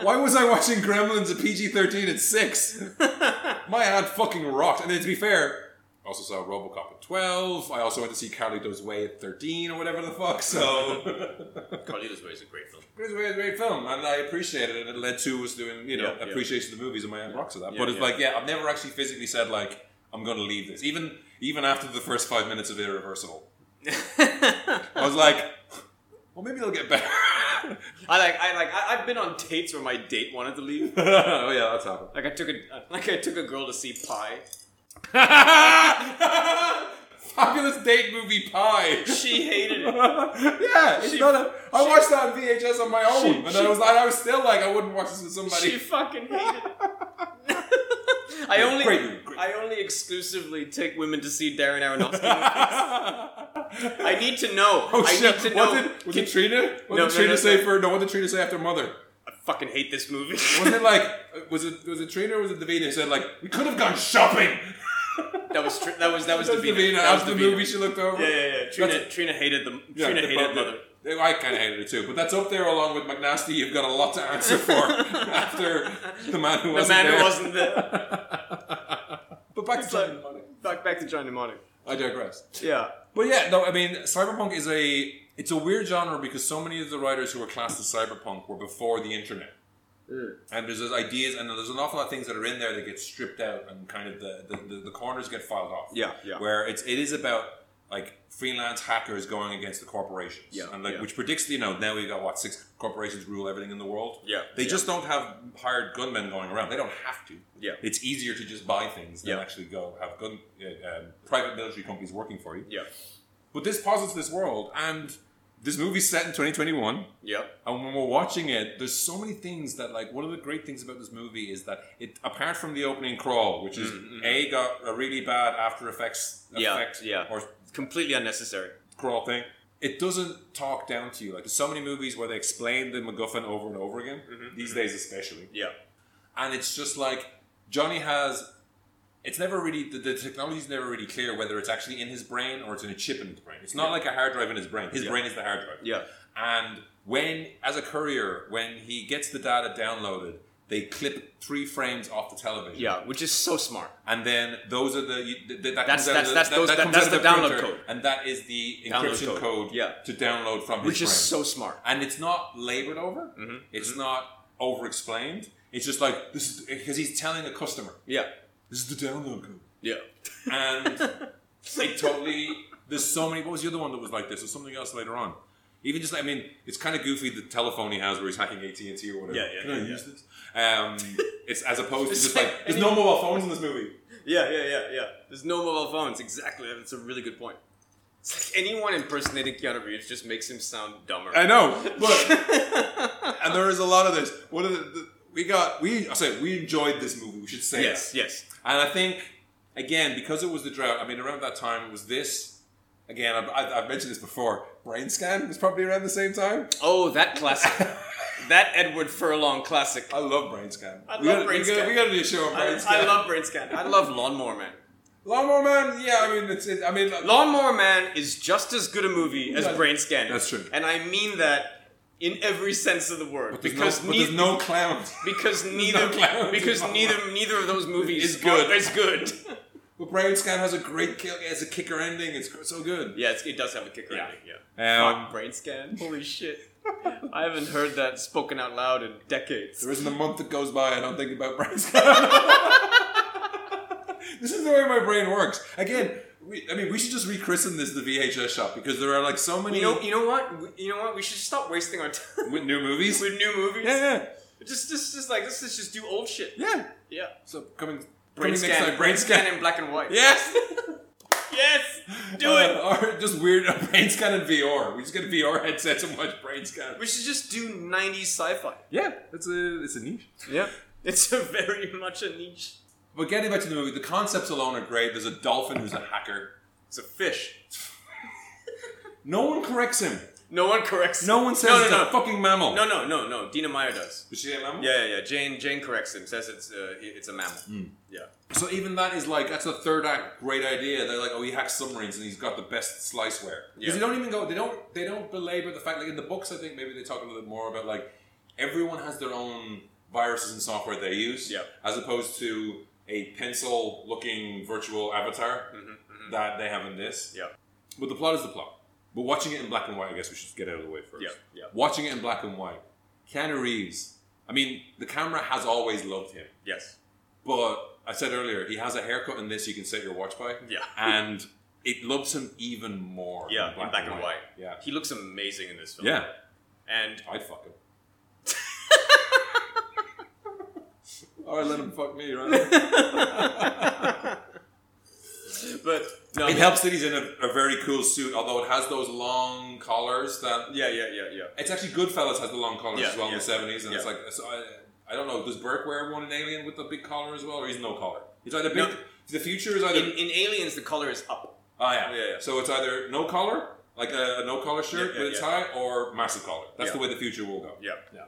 Speaker 1: Why was I watching Gremlins at PG thirteen at six? my ad fucking rocked. And then to be fair, I also saw RoboCop at twelve. I also went to see Carlito's Way at thirteen or whatever the fuck. So.
Speaker 2: Carlito's Way is a great film.
Speaker 1: It was a great, great film, and I appreciated it. and It led to us doing, you know,
Speaker 2: Yeah, yeah.
Speaker 1: appreciation of the movies, and my aunt rocks of that.
Speaker 2: Yeah,
Speaker 1: but it's
Speaker 2: yeah.
Speaker 1: like, yeah, I've never actually physically said like I'm going to leave this, even even after the first five minutes of Irreversible. I was like, well, maybe it'll get better.
Speaker 2: I like I like I, I've been on dates where my date wanted to leave.
Speaker 1: oh yeah, that's happened.
Speaker 2: Like I took a like I took a girl to see Pie.
Speaker 1: Fabulous date movie pie.
Speaker 2: She hated it.
Speaker 1: yeah, it's not a, I watched that on VHS on my own, and I was like, I was still like, I wouldn't watch this with somebody.
Speaker 2: She fucking hated it. I only
Speaker 1: great movie, great
Speaker 2: I only exclusively take women to see Darren Aronofsky. movies. I need to know.
Speaker 1: Oh
Speaker 2: I
Speaker 1: shit!
Speaker 2: need to know.
Speaker 1: What did, was it Trina? What
Speaker 2: No,
Speaker 1: did
Speaker 2: no,
Speaker 1: Trina
Speaker 2: no,
Speaker 1: say
Speaker 2: no.
Speaker 1: for no? What did Trina say after Mother?
Speaker 2: I fucking hate this movie.
Speaker 1: Wasn't it like was it was it Trina or was it Davina who said like we could have gone shopping?
Speaker 2: that was tr- that was that was
Speaker 1: That's
Speaker 2: Davina.
Speaker 1: Davina.
Speaker 2: That was
Speaker 1: After the
Speaker 2: Davina.
Speaker 1: movie, she looked over.
Speaker 2: Yeah, yeah, yeah. Trina,
Speaker 1: That's-
Speaker 2: Trina hated the
Speaker 1: yeah,
Speaker 2: Trina
Speaker 1: the-
Speaker 2: hated
Speaker 1: the-
Speaker 2: mother.
Speaker 1: I kind of hated it too, but that's up there along with McNasty. You've got a lot to answer for after the man who
Speaker 2: The
Speaker 1: wasn't
Speaker 2: man
Speaker 1: there.
Speaker 2: who wasn't there.
Speaker 1: But back to
Speaker 2: like-
Speaker 1: Trina Mnemonic.
Speaker 2: back back to John Mnemonic.
Speaker 1: I digress.
Speaker 2: Yeah.
Speaker 1: But yeah, no, I mean, cyberpunk is a it's a weird genre because so many of the writers who were classed as cyberpunk were before the internet.
Speaker 2: Mm.
Speaker 1: And there's those ideas, and there's an awful lot of things that are in there that get stripped out, and kind of the, the, the, the corners get filed off.
Speaker 2: Yeah, yeah.
Speaker 1: Where it's it is about like freelance hackers going against the corporations.
Speaker 2: Yeah,
Speaker 1: and like
Speaker 2: yeah.
Speaker 1: which predicts you know now we've got what six corporations rule everything in the world.
Speaker 2: Yeah,
Speaker 1: they
Speaker 2: yeah.
Speaker 1: just don't have hired gunmen going around. They don't have to.
Speaker 2: Yeah.
Speaker 1: it's easier to just buy things than
Speaker 2: Yeah.
Speaker 1: actually go have gun uh, um, private military companies working for you.
Speaker 2: Yeah.
Speaker 1: But this posits this world, and this movie's set in 2021.
Speaker 2: Yeah.
Speaker 1: And when we're watching it, there's so many things that, like, one of the great things about this movie is that it, apart from the opening crawl, which is a got a really bad After Effects
Speaker 2: Mm, Yeah,
Speaker 1: effect
Speaker 2: yeah.
Speaker 1: or
Speaker 2: Completely unnecessary.
Speaker 1: crawl thing, it doesn't talk down to you. Like, there's so many movies where they explain the MacGuffin over and over again.
Speaker 2: Mm-hmm,
Speaker 1: These days, especially
Speaker 2: Yeah.
Speaker 1: and it's just like Johnny has. It's never really the, the technology's never really clear whether it's actually in his brain or it's in a chip in his brain. It's not like a hard drive in his brain. His brain is the hard drive.
Speaker 2: Yeah.
Speaker 1: And when, as a courier, when he gets the data downloaded, they clip three frames off the television.
Speaker 2: Yeah. Which is so smart.
Speaker 1: And then those are the you, th- th- that
Speaker 2: That's-
Speaker 1: comes out of
Speaker 2: that's-
Speaker 1: the,
Speaker 2: that's
Speaker 1: that,
Speaker 2: those-
Speaker 1: that
Speaker 2: that-
Speaker 1: comes
Speaker 2: that's
Speaker 1: out of
Speaker 2: the download
Speaker 1: printer,
Speaker 2: code.
Speaker 1: and that is the
Speaker 2: Download
Speaker 1: encryption
Speaker 2: code,
Speaker 1: code,
Speaker 2: yeah.
Speaker 1: to download from
Speaker 2: Which
Speaker 1: his
Speaker 2: is
Speaker 1: brain
Speaker 2: so smart.
Speaker 1: and it's not labored over.
Speaker 2: Mm-hmm.
Speaker 1: It's not over explained. It's just like this is because he's telling the customer
Speaker 2: Yeah.
Speaker 1: this is the download code,
Speaker 2: Yeah.
Speaker 1: and it totally. There's so many. What was the other one that was like this? There's something else later on. Even just, I mean, it's kind of goofy the telephone he has where he's hacking AT and T or whatever.
Speaker 2: Yeah, yeah,
Speaker 1: Can I
Speaker 2: yeah,
Speaker 1: use this? Um, it's as opposed to
Speaker 2: It's
Speaker 1: just
Speaker 2: like-
Speaker 1: like there's no mobile phones in this movie.
Speaker 2: Yeah, yeah, yeah, yeah. There's no mobile phones. Exactly. That's a really good point. It's like anyone impersonating Keanu Reeves just makes him sound dumber.
Speaker 1: I know, but and there is a lot of this. One of the, the we got we I say we enjoyed this movie. We should say
Speaker 2: yes,
Speaker 1: that.
Speaker 2: yes.
Speaker 1: And I think, again, because it was the drought, I mean, around that time it was this. Again, I've, I've I've mentioned this before. Brain Scan was probably around the same time.
Speaker 2: Oh, that classic. that Edward Furlong classic.
Speaker 1: I love Brain Scan.
Speaker 2: I
Speaker 1: we
Speaker 2: love
Speaker 1: gotta,
Speaker 2: Brain
Speaker 1: we gotta-
Speaker 2: Scan.
Speaker 1: we gotta do a show on Brain
Speaker 2: I,
Speaker 1: Scan.
Speaker 2: I love Brain Scan. I love Lawnmower Man.
Speaker 1: Lawnmower Man. Yeah, I mean, it's. It, I mean,
Speaker 2: Lawnmower Man is just as good a movie as
Speaker 1: That's-
Speaker 2: Brain Scan.
Speaker 1: that's true.
Speaker 2: And I mean that in every sense of the word.
Speaker 1: there's no-
Speaker 2: because
Speaker 1: but
Speaker 2: nei-
Speaker 1: there's no clowns.
Speaker 2: because
Speaker 1: no
Speaker 2: neither
Speaker 1: clowns
Speaker 2: because
Speaker 1: involved.
Speaker 2: neither neither of those movies
Speaker 1: Is good.
Speaker 2: Are, is good.
Speaker 1: But Brain Scan has a great kill. It has a kicker ending. It's gr- so good.
Speaker 2: yeah, it's, it does have a kicker
Speaker 1: Yeah.
Speaker 2: ending. Yeah.
Speaker 1: Um,
Speaker 2: Fuck, brain scan. Holy shit. I haven't heard that spoken out loud in decades.
Speaker 1: There isn't a month that goes by I don't think about brain scan. this is the way my brain works. Again, we, I mean, we should just rechristen this the VHS shop because there are like so many
Speaker 2: You know, you know what? We- You know what? We should stop wasting our time
Speaker 1: with new movies.
Speaker 2: with new movies.
Speaker 1: yeah, yeah.
Speaker 2: Just, just, just like let's, let's just do old shit.
Speaker 1: Yeah.
Speaker 2: Yeah.
Speaker 1: So coming,
Speaker 2: Brain
Speaker 1: coming next
Speaker 2: scan.
Speaker 1: time,
Speaker 2: brain scan in black and white.
Speaker 1: Yes.
Speaker 2: Yes. Do it.
Speaker 1: Uh, or just weird brain scan in VR. We just get VR headsets and watch brain scan.
Speaker 2: We should just do 90s sci-fi.
Speaker 1: Yeah, it's a it's a niche.
Speaker 5: Yeah.
Speaker 2: It's a very much a niche.
Speaker 1: But getting back to the movie, the concepts alone are great. There's a dolphin who's a hacker.
Speaker 2: It's a fish.
Speaker 1: No one corrects him.
Speaker 2: No one corrects.
Speaker 1: No one says
Speaker 2: No,
Speaker 1: it's
Speaker 2: no,
Speaker 1: a
Speaker 2: no.
Speaker 1: fucking mammal.
Speaker 2: No, no, no, no. Dina Meyer does.
Speaker 1: Is she a mammal?
Speaker 2: Yeah, yeah, yeah. Jane, Jane corrects him. Says it's uh, it's a mammal. Yeah.
Speaker 1: So even that is like that's a third act great idea. They're like, oh, he hacks submarines and he's got the best sliceware. Because
Speaker 2: Yeah.
Speaker 1: they don't even go. They don't. They don't belabor the fact. Like in the books, I think maybe they talk a little bit more about like everyone has their own viruses and software they use.
Speaker 2: Yeah.
Speaker 1: As opposed to a pencil-looking virtual avatar that they have in this.
Speaker 2: Mm-hmm, Yeah.
Speaker 1: But the plot is the plot. But watching it in black and white, I guess we should get out of the way first.
Speaker 2: Yeah, yeah.
Speaker 1: Watching it in black and white, Keanu Reeves. I mean, the camera has always loved him.
Speaker 2: Yes.
Speaker 1: But I said earlier, he has a haircut in this you can set your watch by.
Speaker 2: Yeah.
Speaker 1: And it loves him even more. in
Speaker 2: Yeah. in black and white.
Speaker 1: Yeah.
Speaker 2: He looks amazing in this film.
Speaker 1: Yeah.
Speaker 2: And
Speaker 1: I'd fuck him. or I'd let him fuck me, right?
Speaker 2: but no.
Speaker 1: it helps that he's in a, a very cool suit, although it has those long collars that.
Speaker 2: Yeah, yeah, yeah, yeah.
Speaker 1: It's actually Goodfellas has the long collars
Speaker 2: Yeah,
Speaker 1: as well
Speaker 2: yeah.
Speaker 1: in the 70s, and it's
Speaker 2: Yeah.
Speaker 1: like. So I, I don't know, does Burke wear one in Alien with the big collar as well, or he's no collar? He's either big.
Speaker 2: No.
Speaker 1: The future is either.
Speaker 2: In, in Aliens, the color is up.
Speaker 1: Oh yeah.
Speaker 2: Yeah, yeah.
Speaker 1: So it's either no collar, like a, a no collar shirt
Speaker 2: Yeah, yeah,
Speaker 1: with a tie,
Speaker 2: yeah.
Speaker 1: or massive collar. That's
Speaker 2: Yeah.
Speaker 1: the way the future will go.
Speaker 2: Yeah.
Speaker 1: Yeah.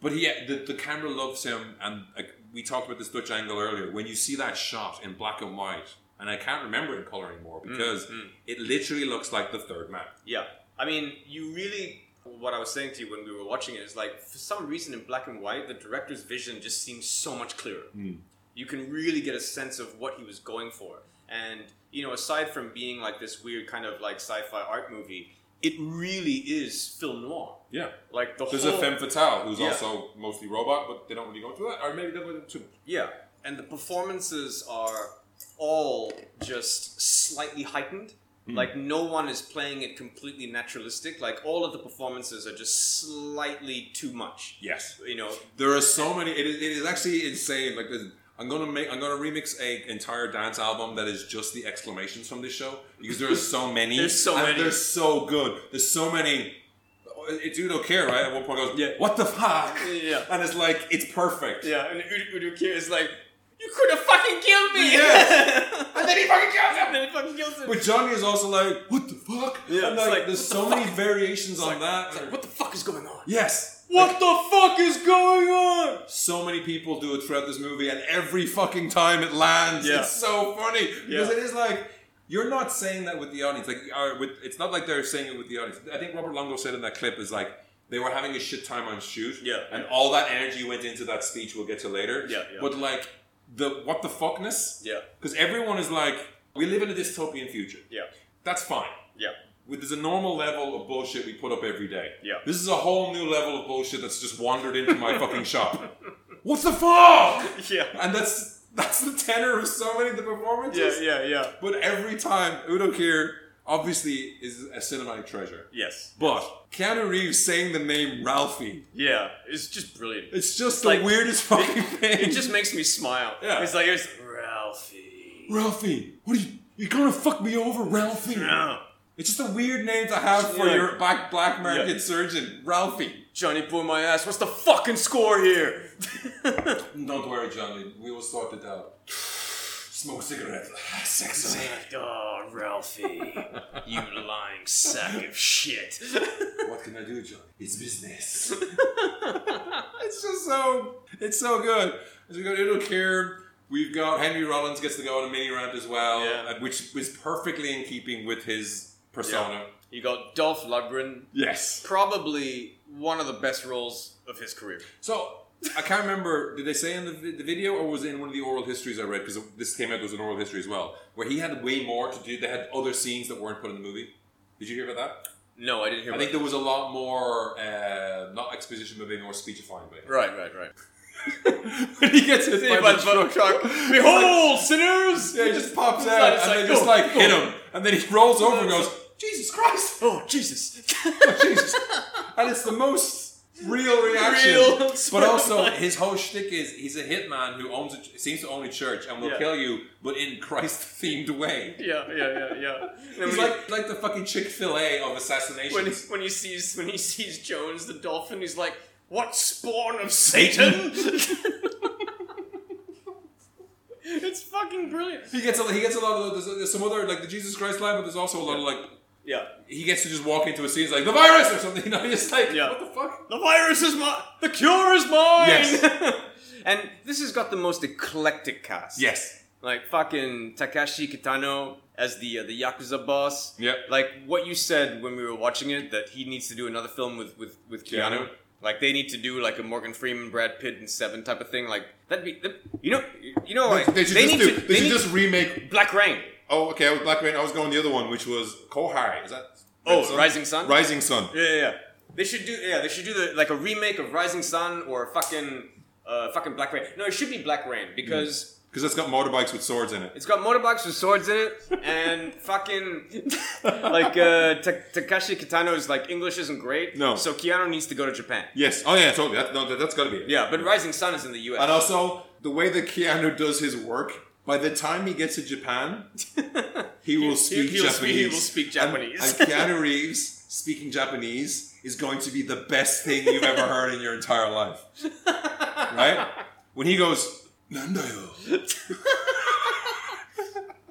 Speaker 1: But yeah, the, the camera loves him, and like, we talked about this Dutch angle earlier. When you see that shot in black and white, and I can't remember in color anymore
Speaker 2: Mm,
Speaker 1: because it literally looks like the third man.
Speaker 2: Yeah. I mean, you really. What I was saying to you when we were watching it is like, for some reason in black and white, the director's vision just seems so much clearer.
Speaker 1: Hmm.
Speaker 2: You can really get a sense of what he was going for. And, you know, aside from being like this weird kind of like sci fi art movie, it really is film noir.
Speaker 1: Yeah.
Speaker 2: Like the
Speaker 1: There's
Speaker 2: whole.
Speaker 1: a femme fatale who's
Speaker 2: Yeah.
Speaker 1: also mostly robot, but they don't really go into that, or maybe they go into.
Speaker 2: Yeah, and the performances are all just slightly heightened. Like no one is playing it completely naturalistic. Like all of the performances are just slightly too much.
Speaker 1: Yes.
Speaker 2: You know,
Speaker 1: There are so many. It is, it is actually insane. Like there's- I'm gonna make. I'm gonna remix a entire dance album that is just the exclamations from this show because there are so many.
Speaker 2: There's so
Speaker 1: and
Speaker 2: many.
Speaker 1: They're so good. There's so many. It's you don't care, right? At one point, it goes,
Speaker 2: Yeah.
Speaker 1: What the fuck?
Speaker 2: Yeah.
Speaker 1: And it's like it's perfect.
Speaker 2: yeah, and Udo, Udo Kier is like, "You could have fucking killed me!"
Speaker 1: Yes.
Speaker 2: and then he fucking kills him. And then he fucking kills him.
Speaker 1: But Johnny is also like, what the fuck?
Speaker 2: Yeah,
Speaker 1: And
Speaker 2: it's
Speaker 1: like,
Speaker 2: like,
Speaker 1: there's
Speaker 2: what
Speaker 1: so
Speaker 2: the
Speaker 1: many variations on that.
Speaker 2: It's like, what the fuck is going on?
Speaker 1: yes.
Speaker 2: What the fuck is going on?
Speaker 1: so many people do it throughout this movie, and every fucking time it lands,
Speaker 2: Yeah.
Speaker 1: it's so funny because
Speaker 2: Yeah.
Speaker 1: it is like you're not saying that with the audience. Like, or with, it's not like they're saying it with the audience. I think Robert Longo said in that clip is like they were having a shit time on shoot,
Speaker 2: Yeah.
Speaker 1: and all that energy went into that speech. We'll get to later,
Speaker 2: Yeah, yeah.
Speaker 1: But like the what the fuckness,
Speaker 2: Yeah.
Speaker 1: because everyone is like, we live in a dystopian future.
Speaker 2: Yeah,
Speaker 1: That's fine
Speaker 2: yeah,
Speaker 1: with- there's a normal level of bullshit we put up every day.
Speaker 2: Yeah.
Speaker 1: This is a whole new level of bullshit that's just wandered into my fucking shop. What the fuck?
Speaker 2: yeah,
Speaker 1: And that's that's the tenor of so many of the
Speaker 2: yeah,
Speaker 1: performances.
Speaker 2: yeah, yeah.
Speaker 1: But every time Udo Kier obviously is a cinematic treasure.
Speaker 2: Yes,
Speaker 1: But Keanu Reeves saying the name Ralphie,
Speaker 2: yeah, it's just brilliant.
Speaker 1: it's just the
Speaker 2: like-
Speaker 1: weirdest fucking thing.
Speaker 2: It just makes me smile.
Speaker 1: Yeah.
Speaker 2: It's like it's Ralphie.
Speaker 1: Ralphie, what are you? You're gonna fuck me over, Ralphie.
Speaker 2: Yeah.
Speaker 1: It's just a weird name to have for
Speaker 2: Yeah.
Speaker 1: your black black American
Speaker 2: Yeah.
Speaker 1: surgeon, Ralphie.
Speaker 2: Johnny blew my ass. What's the fucking score here?
Speaker 1: Don't worry, Johnny. We will sort it out. Smoke a cigarette. Sex.
Speaker 2: oh, Ralphie, you lying sack of shit.
Speaker 1: what can I do, Johnny? It's business. it's just so. It's so good. As we got Udo Kier, we've got Henry Rollins gets to go on a mini rant as well,
Speaker 2: Yeah.
Speaker 1: uh, which was perfectly in keeping with his persona.
Speaker 2: you got Dolph Lundgren,
Speaker 1: Yes.
Speaker 2: probably one of the best roles of his career.
Speaker 1: So. I can't remember. Did they say in the, vi- the video, or was it in one of the oral histories I read? Because this came out as an oral history as well, where he had way more to do. They had other scenes that weren't put in the movie. Did you hear about that?
Speaker 2: No, I didn't hear.
Speaker 1: I think there was a lot more, uh, not exposition, but maybe more speechifying. But
Speaker 2: right, right, right.
Speaker 1: when he gets hit by, the truck,
Speaker 2: Behold, sinners!
Speaker 1: yeah, he just pops
Speaker 2: It's
Speaker 1: out
Speaker 2: like- it's
Speaker 1: and
Speaker 2: like,
Speaker 1: they just
Speaker 2: go,
Speaker 1: like
Speaker 2: go.
Speaker 1: hit him, and then he rolls over and goes, "Jesus Christ!"
Speaker 2: Oh Jesus!
Speaker 1: Jesus. and it's the most real reaction.
Speaker 6: Real
Speaker 1: but also,
Speaker 6: spotlight.
Speaker 1: his whole shtick is he's a hitman who owns a, ch- seems to own a church and will
Speaker 6: Yeah.
Speaker 1: kill you, but in Christ themed way.
Speaker 6: Yeah, yeah, yeah, yeah. And
Speaker 1: He's
Speaker 6: when,
Speaker 1: like like the fucking Chick Fil A of assassinations.
Speaker 6: he, when, he, when he sees when he sees Jones the dolphin, he's like, "What spawn of Satan?" it's fucking brilliant.
Speaker 1: he gets a, he gets a lot of those, there's some other like the Jesus Christ line, but there's also a lot of like
Speaker 6: Yeah,
Speaker 1: he gets to just walk into a scene it's like the virus or something. You know, he's like
Speaker 6: Yeah.
Speaker 1: what the fuck?
Speaker 6: the virus is mine. The cure is mine.
Speaker 1: Yes.
Speaker 2: And this has got the most eclectic cast.
Speaker 1: Yes.
Speaker 2: Like fucking Takashi Kitano as the uh, the yakuza boss.
Speaker 1: Yep.
Speaker 2: Like what you said when we were watching it that he needs to do another film with with with Keanu.
Speaker 1: Keanu.
Speaker 2: Like they need to do like a Morgan Freeman, Brad Pitt, and Seven type of thing. Like that'd be that- you know you know like,
Speaker 1: They should just
Speaker 2: need
Speaker 1: do,
Speaker 2: to
Speaker 1: they, should
Speaker 2: need
Speaker 1: just remake.
Speaker 2: Black Rain.
Speaker 1: Oh, okay. I was Black Rain. I was going the other one, which was Kohai. Is that?
Speaker 2: Oh, Rising Sun?
Speaker 1: Rising Sun.
Speaker 2: Yeah, yeah, yeah. They should do yeah they should do the like a remake of Rising Sun or fucking uh fucking Black Rain. No, it should be Black Rain because.
Speaker 1: Because that's got motorbikes with swords in it.
Speaker 2: It's got motorbikes with swords in it, and fucking like uh, Ta- Takashi Kitano's like English isn't great.
Speaker 1: No.
Speaker 2: so Keanu needs to go to Japan.
Speaker 1: Yes. Oh yeah, totally. That, no, that, that's got to be it.
Speaker 2: Yeah, but Rising Sun is in the U.S.
Speaker 1: And also the way that Keanu does his work. By the time he gets to Japan, he will speak
Speaker 6: he'll
Speaker 1: Japanese.
Speaker 6: speak- he will speak
Speaker 1: And-
Speaker 6: Japanese.
Speaker 1: And, Keanu Reeves speaking Japanese is going to be the best thing you've ever heard in your entire life. Right? When he goes, Nandayo.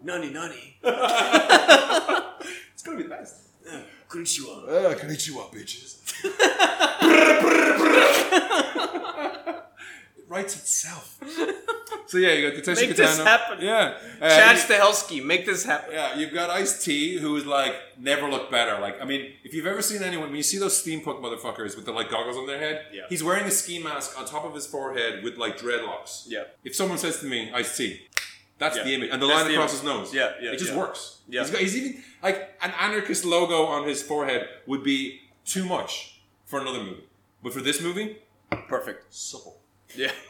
Speaker 6: Nani, nani.
Speaker 1: It's going to be the best.
Speaker 6: Konnichiwa.
Speaker 1: Uh, konnichiwa, bitches. it writes itself. So yeah, you got Takeshi
Speaker 2: Make this
Speaker 1: Kitano.
Speaker 2: happen.
Speaker 1: Yeah. Uh,
Speaker 2: Chad
Speaker 1: you-
Speaker 2: Stahelski, make this happen.
Speaker 1: yeah, you've got Ice T, who is like never looked better. Like, I mean, if you've ever seen anyone, when you see those steampunk motherfuckers with the like goggles on their head,
Speaker 6: Yeah.
Speaker 1: he's wearing a ski mask on top of his forehead with like dreadlocks.
Speaker 6: Yeah.
Speaker 1: If someone says to me, Ice T, that's
Speaker 6: Yeah.
Speaker 1: the image, and the
Speaker 6: That's
Speaker 1: line
Speaker 6: the
Speaker 1: across his
Speaker 6: image.
Speaker 1: nose.
Speaker 6: Yeah, yeah,
Speaker 1: It just
Speaker 6: yeah.
Speaker 1: works.
Speaker 6: Yeah.
Speaker 1: He's, got, he's even like an anarchist logo on his forehead would be too much for another movie, but for this movie, perfect, supple.
Speaker 6: Yeah.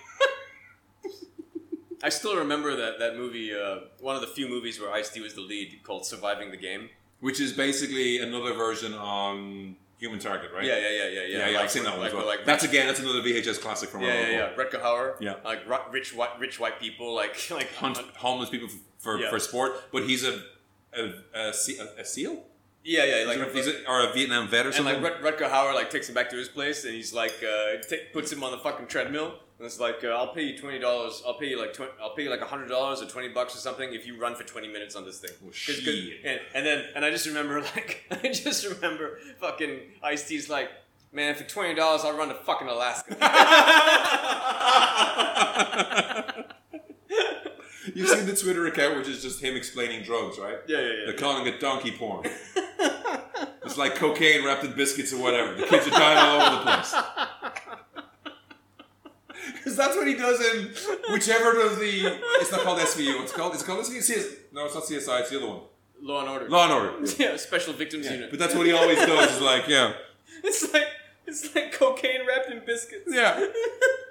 Speaker 6: I still remember that that movie, uh, one of the few movies where Ice-T was the lead, called Surviving the Game.
Speaker 1: Which is basically another version on Human Target, right?
Speaker 6: Yeah, yeah, yeah, yeah, yeah.
Speaker 1: Yeah, yeah,
Speaker 6: Like-
Speaker 1: I've seen that one.
Speaker 6: like-
Speaker 1: as well.
Speaker 6: like-
Speaker 1: that's again, that's another VHS classic from
Speaker 6: yeah,
Speaker 1: our
Speaker 6: yeah, yeah. Rutger Hauer.
Speaker 1: Yeah.
Speaker 6: Like ru- rich white, rich white people, like like
Speaker 1: Hunt homeless people f- for,
Speaker 6: Yeah.
Speaker 1: for sport, but he's a a, a, se- a, a seal,
Speaker 6: Yeah, yeah. Like
Speaker 1: he's a, or a Vietnam vet or
Speaker 6: and
Speaker 1: something.
Speaker 6: like Rut- Rutger Hauer like takes him back to his place, and he's like uh, ta- puts him on the fucking treadmill, and it's like uh, I'll pay you twenty dollars. I'll pay you like tw- I'll pay you like hundred dollars or twenty bucks or something if you run for twenty minutes on this thing. 'Cause- 'cause-
Speaker 1: shit.
Speaker 6: and, and then and I just remember like I just remember fucking Ice T's like. Man, for twenty dollars, I'll run to fucking Alaska.
Speaker 1: You've seen the Twitter account, which is just him explaining drugs, right?
Speaker 6: Yeah, yeah, yeah.
Speaker 1: They're calling it donkey porn. it's like cocaine wrapped in biscuits or whatever. The kids are dying all over the place. Because that's what he does in whichever of the. It's not called SVU. It's called. It's called SVU. CS no, it's not CSI. It's the other one.
Speaker 6: Law and Order.
Speaker 1: Law and Order.
Speaker 6: yeah, Special Victims
Speaker 1: Yeah,
Speaker 6: Unit.
Speaker 1: But that's what he always does. Is like, yeah,
Speaker 6: It's like it's like cocaine wrapped in biscuits.
Speaker 1: yeah.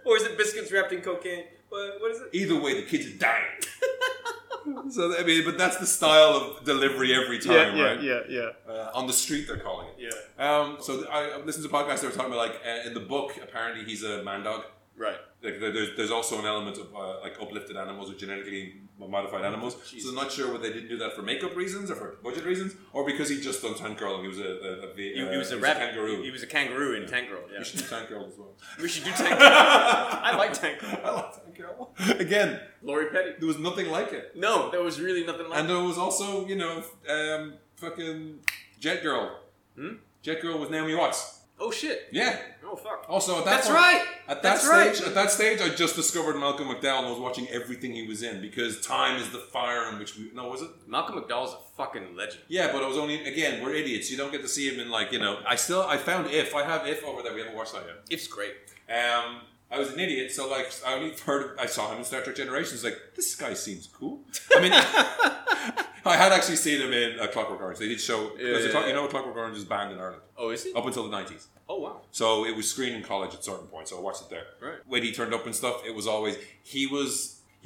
Speaker 6: or is it biscuits wrapped in cocaine? What, what is it?
Speaker 1: Either way, the kids are dying. so I mean, but that's the style of delivery every time, right?
Speaker 6: yeah,
Speaker 1: Uh, on the street, they're calling it.
Speaker 6: yeah.
Speaker 1: Um, so th- I I listened to a podcast. They were talking about like uh, in the book. Apparently, he's a man dog.
Speaker 6: Right.
Speaker 1: Like there- there's, there's also an element of uh, like uplifted animals or genetically modified animals. So I'm not sure whether they didn't do that for makeup reasons or for budget reasons, or because he just done tank girl and he was a, a, a, uh,
Speaker 6: He, Uh, he was a
Speaker 1: he
Speaker 6: rabbit.
Speaker 1: kangaroo.
Speaker 6: He was a kangaroo in Tank Girl. Yeah.
Speaker 1: You should do tank girl as well.
Speaker 6: We should do Tank Girl. I like Tank
Speaker 1: I
Speaker 6: Girl.
Speaker 1: love tank girl. Again,
Speaker 6: Lori Petty.
Speaker 1: there was nothing like it,
Speaker 6: No, there was really nothing like.
Speaker 1: and there was also you know um, fucking Jet Girl.
Speaker 6: Hmm?
Speaker 1: Jet Girl with Naomi Watts.
Speaker 6: oh shit.
Speaker 1: Yeah,
Speaker 6: Oh fuck.
Speaker 1: Also, at that
Speaker 6: That's
Speaker 1: point-
Speaker 6: right.
Speaker 1: At that
Speaker 6: That's
Speaker 1: stage,
Speaker 6: right.
Speaker 1: at that stage, I just discovered Malcolm McDowell and was watching everything he was in because time is the fire in which we. No, was it?
Speaker 6: Malcolm McDowell's a fucking legend.
Speaker 1: Yeah, but I was only again. We're idiots. You don't get to see him in like you know. I still I found if I have if over there. We haven't watched that yet.
Speaker 6: It's great.
Speaker 1: Um, I was an idiot, so like I only heard I saw him in Star Trek Generations. Like this guy seems cool. I mean, I had actually seen him in uh, Clockwork Orange. They did show because
Speaker 6: yeah,
Speaker 1: Clock-
Speaker 6: yeah.
Speaker 1: you know Clockwork Orange is banned in Ireland
Speaker 6: Oh, is he?
Speaker 1: up until the nineties.
Speaker 6: Oh wow.
Speaker 1: So it was screened in college at certain points. So I watched it there.
Speaker 6: Right.
Speaker 1: When he turned up and stuff, it was always he was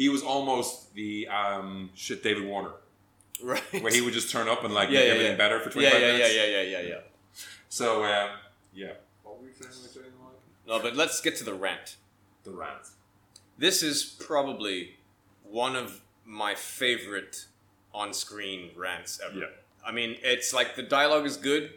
Speaker 1: he was almost the um, shit David Warner,
Speaker 6: Right.
Speaker 1: where he would just turn up and like
Speaker 6: Yeah,
Speaker 1: make
Speaker 6: yeah,
Speaker 1: everything
Speaker 6: yeah.
Speaker 1: better for
Speaker 6: yeah,
Speaker 1: twenty
Speaker 6: yeah,
Speaker 1: five
Speaker 6: yeah,
Speaker 1: minutes.
Speaker 6: yeah, yeah, yeah, yeah.
Speaker 1: So um, yeah,
Speaker 7: No, but let's get to the rant.
Speaker 1: The rant.
Speaker 7: This is probably one of my favorite on-screen rants ever.
Speaker 1: Yeah.
Speaker 7: I mean, it's like the dialogue is good,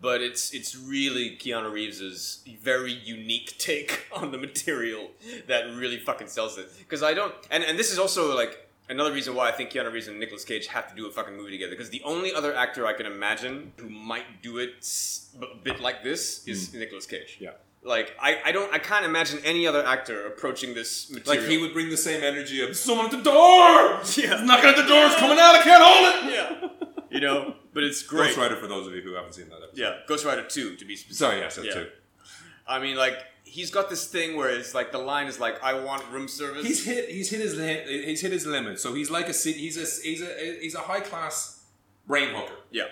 Speaker 7: but it's it's really Keanu Reeves's very unique take on the material that really fucking sells it. Because I don't, and and this is also like another reason why I think Keanu Reeves and Nicolas Cage have to do a fucking movie together. Because the only other actor I can imagine who might do it s- a bit like this is Nicolas Cage.
Speaker 1: Hmm. Yeah.
Speaker 7: Like I, I don't I can't imagine any other actor approaching this material.
Speaker 1: Like he would bring the same energy of someone at the door. Yeah, knocking at the door. It's coming out. I can't hold it.
Speaker 7: yeah, you know. But it's great.
Speaker 1: Ghost Rider for those of you who haven't seen that episode.
Speaker 7: Yeah, Ghost Rider Two to be specific.
Speaker 1: Sorry, yes, that
Speaker 7: Yeah.
Speaker 1: too.
Speaker 7: I mean, like he's got this thing where it's like the line is like, "I want room service."
Speaker 1: He's hit. He's hit his. li- He's hit his limit. So he's like a. city- He's a. He's a. He's a high class brain hooker
Speaker 7: yeah,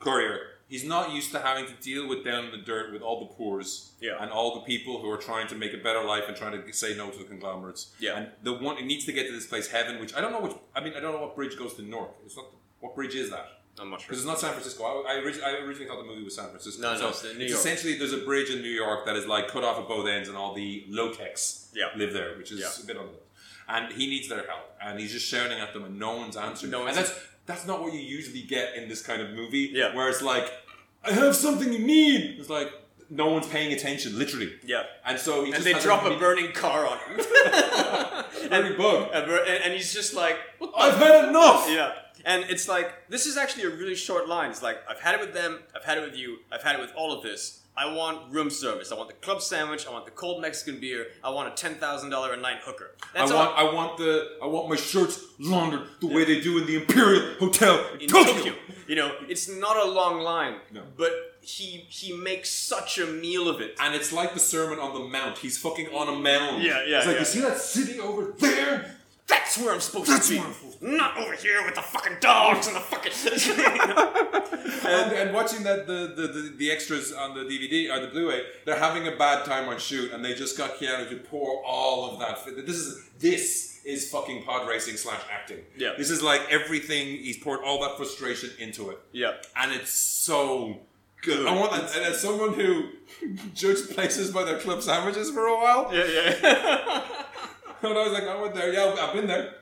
Speaker 1: courier. He's not used to having to deal with down in the dirt with all the poors
Speaker 7: Yeah.
Speaker 1: and all the people who are trying to make a better life and trying to say no to the conglomerates.
Speaker 7: Yeah.
Speaker 1: and the one it needs to get to this place, heaven, which I don't know which. I mean, I don't know what bridge goes to north. It's not what bridge is that.
Speaker 7: I'm not sure.
Speaker 1: Because it's not San Francisco. I, I, orig- I originally thought the movie was San Francisco.
Speaker 7: No, no,
Speaker 1: So
Speaker 7: it's in New York.
Speaker 1: Essentially, there's a bridge in New York that is like cut off at both ends, and all the low techs
Speaker 7: Yeah.
Speaker 1: live there, which is
Speaker 7: Yeah.
Speaker 1: a bit on the And he needs their help, and he's just shouting at them, and no one's answering.
Speaker 7: No one's-
Speaker 1: and that's that's not what you usually get in this kind of movie.
Speaker 7: Yeah.
Speaker 1: Where it's like, I have something you need. It's like no one's paying attention, literally.
Speaker 7: Yeah.
Speaker 1: And so he
Speaker 2: and
Speaker 1: just
Speaker 2: they
Speaker 1: has
Speaker 2: drop
Speaker 1: a
Speaker 2: a burning car on him.
Speaker 1: burning bug.
Speaker 7: uh,
Speaker 2: A bur- and, and he's just like,
Speaker 7: "Oh,
Speaker 2: what the
Speaker 1: I've had enough.
Speaker 2: Yeah. And it's like, this is actually a really short line. It's like, I've had it with them, I've had it with you, I've had it with all of this. I want room service. I want the club sandwich. I want the cold Mexican beer. I want a ten thousand dollar a night hooker. That's
Speaker 1: I
Speaker 2: all.
Speaker 1: want, I want the, I want my shirts laundered the way they do in the Imperial Hotel in,
Speaker 2: in
Speaker 1: Tokyo.
Speaker 2: Tokyo. You know, it's not a long line,
Speaker 1: No.
Speaker 2: but he he makes such a meal of it.
Speaker 1: And it's like the Sermon on the Mount. He's fucking on a mound.
Speaker 2: Yeah, yeah,
Speaker 1: It's like,
Speaker 2: yeah.
Speaker 1: you see that city over there?
Speaker 2: That's where I'm supposed
Speaker 1: That's
Speaker 2: to be.
Speaker 1: where I'm supposed
Speaker 2: Not over here with the fucking dogs and the fucking.
Speaker 1: And, and watching that the, the, the, the extras on the DVD or uh, the Blu-ray, they're having a bad time on shoot, and they just got Keanu to pour all of that. This is this is fucking pod racing slash acting.
Speaker 2: Yeah.
Speaker 1: This is like everything. He's poured all that frustration into it.
Speaker 2: yeah.
Speaker 1: and it's so good. I want that. And as someone who judged places by their club sandwiches for a while,
Speaker 2: Yeah, yeah.
Speaker 1: when I was like, I went there. Yeah, I've been there.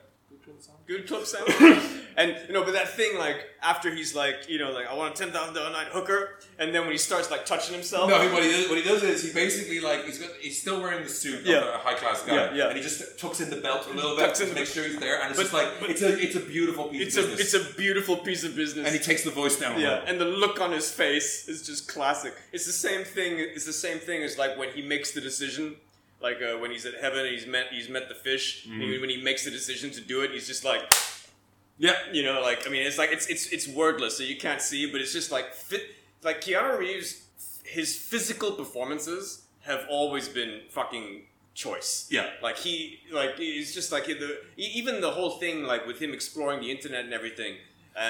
Speaker 2: Good club sandwich. and you know, but that thing like after he's like, you know, like I want a ten thousand dollar night hooker, and then when he starts like touching himself,
Speaker 1: No, he- what he does, what he does is he basically like he's got he's still wearing the suit of
Speaker 2: Yeah.
Speaker 1: a high class guy,
Speaker 2: Yeah, yeah.
Speaker 1: and he just tucks in the belt a little bit
Speaker 2: Tucks in
Speaker 1: to
Speaker 2: the-
Speaker 1: make sure he's there, and it's
Speaker 2: But-
Speaker 1: just like
Speaker 2: but-
Speaker 1: it's a it's a beautiful piece
Speaker 2: it's
Speaker 1: of
Speaker 2: a
Speaker 1: business.
Speaker 2: it's a beautiful piece of business.
Speaker 1: and he takes the voice down. a
Speaker 2: Yeah,
Speaker 1: little.
Speaker 2: and the look on his face is just classic. It's the same thing. It's the same thing as like when he makes the decision, like uh, when he's at heaven, and he's met he's met the fish.
Speaker 1: Mm-hmm.
Speaker 2: and when he makes the decision to do it, he's just like,
Speaker 1: yeah.
Speaker 2: you know, like I mean, it's like it's it's it's wordless, so you can't see, but it's just like fit. Like Keanu Reeves, his physical performances have always been fucking choice.
Speaker 1: Yeah.
Speaker 2: like he like it's just like the e- even the whole thing like with him exploring the internet and everything.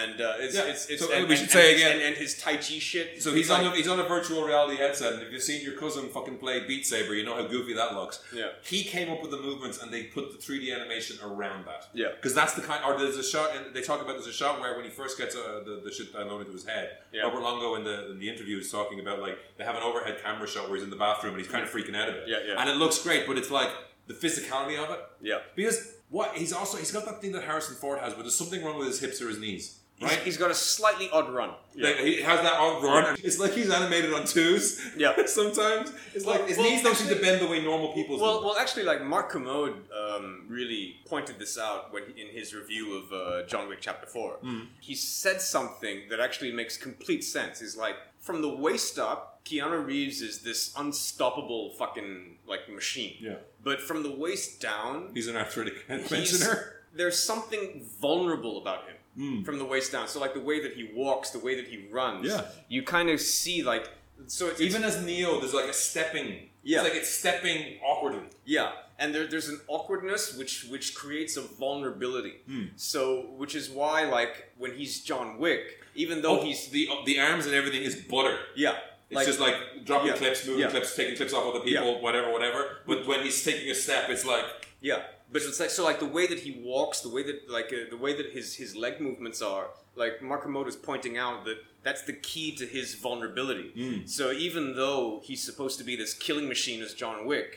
Speaker 2: And uh, it's,
Speaker 1: Yeah.
Speaker 2: it's, it's
Speaker 1: So,
Speaker 2: and,
Speaker 1: we
Speaker 2: and-
Speaker 1: should say
Speaker 2: and-
Speaker 1: again-
Speaker 2: and, and his Tai Chi shit.
Speaker 1: So he's
Speaker 2: It's
Speaker 1: on a,
Speaker 2: like-
Speaker 1: he's on a virtual reality headset, and if you've seen your cousin fucking play Beat Saber, you know how goofy that looks.
Speaker 2: Yeah.
Speaker 1: He came up with the movements, and they put the 3D animation around that.
Speaker 2: Yeah.
Speaker 1: Because that's the kind. Or there's a shot, and they talk about there's a shot where when he first gets uh, the the shit downloaded into his head,
Speaker 2: Yeah.
Speaker 1: Robert Longo in the in the interview is talking about like they have an overhead camera shot where he's in the bathroom and he's kind of freaking out of it.
Speaker 2: Yeah, yeah.
Speaker 1: And it looks great, but it's like the physicality of it.
Speaker 2: yeah.
Speaker 1: Because what he's also he's got that thing that Harrison Ford has, but there's something wrong with his hips or his knees. Right.
Speaker 2: He's- he's got a slightly odd run.
Speaker 1: Like, he has that all run. and It's like he's animated on twos.
Speaker 2: Yeah.
Speaker 1: sometimes it's like his
Speaker 2: well,
Speaker 1: knees don't seem to
Speaker 2: actually-
Speaker 1: bend the way normal people's.
Speaker 2: Well,
Speaker 1: do.
Speaker 2: well, actually, like Mark Kermode um, really pointed this out when in his review of uh, John Wick Chapter Four.
Speaker 1: Mm.
Speaker 2: He said something that actually makes complete sense. He's like, from the waist up, Keanu Reeves is this unstoppable fucking like machine.
Speaker 1: Yeah.
Speaker 2: But from the waist down,
Speaker 1: he's an arthritic
Speaker 2: he's-
Speaker 1: pensioner.
Speaker 2: There's something vulnerable about him
Speaker 1: Hmm.
Speaker 2: from the waist down. So like the way that he walks, the way that he runs.
Speaker 1: Yeah.
Speaker 2: You kind of see like so it's,
Speaker 1: Even as Neo, there's like a stepping.
Speaker 2: Yeah.
Speaker 1: it's like it's stepping awkwardly.
Speaker 2: Yeah, and there, there's an awkwardness which which creates a vulnerability.
Speaker 1: Hmm.
Speaker 2: So, which is why, like, when he's John Wick, even though he's
Speaker 1: Oh, the the arms and everything is butter.
Speaker 2: yeah,
Speaker 1: It's just like dropping
Speaker 2: yeah,
Speaker 1: clips, moving
Speaker 2: yeah.
Speaker 1: clips, taking clips off other people,
Speaker 2: Yeah.
Speaker 1: whatever, whatever. But when he's taking a step, it's like
Speaker 2: yeah, But it's like so, like the way that he walks, the way that like uh, the way that his his leg movements are, like Markamoto's pointing out that that's the key to his vulnerability. So even though he's supposed to be this killing machine as John Wick,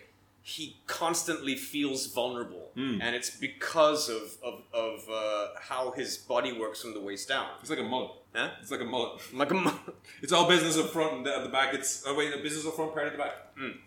Speaker 2: he constantly feels vulnerable, and it's because of of, of uh, how his body works from the waist down.
Speaker 1: It's like a mullet.
Speaker 2: Huh?
Speaker 1: It's like a mullet.
Speaker 2: Like a mo-
Speaker 1: It's all business up front and at the back. It's oh wait, business up front, parent at the back.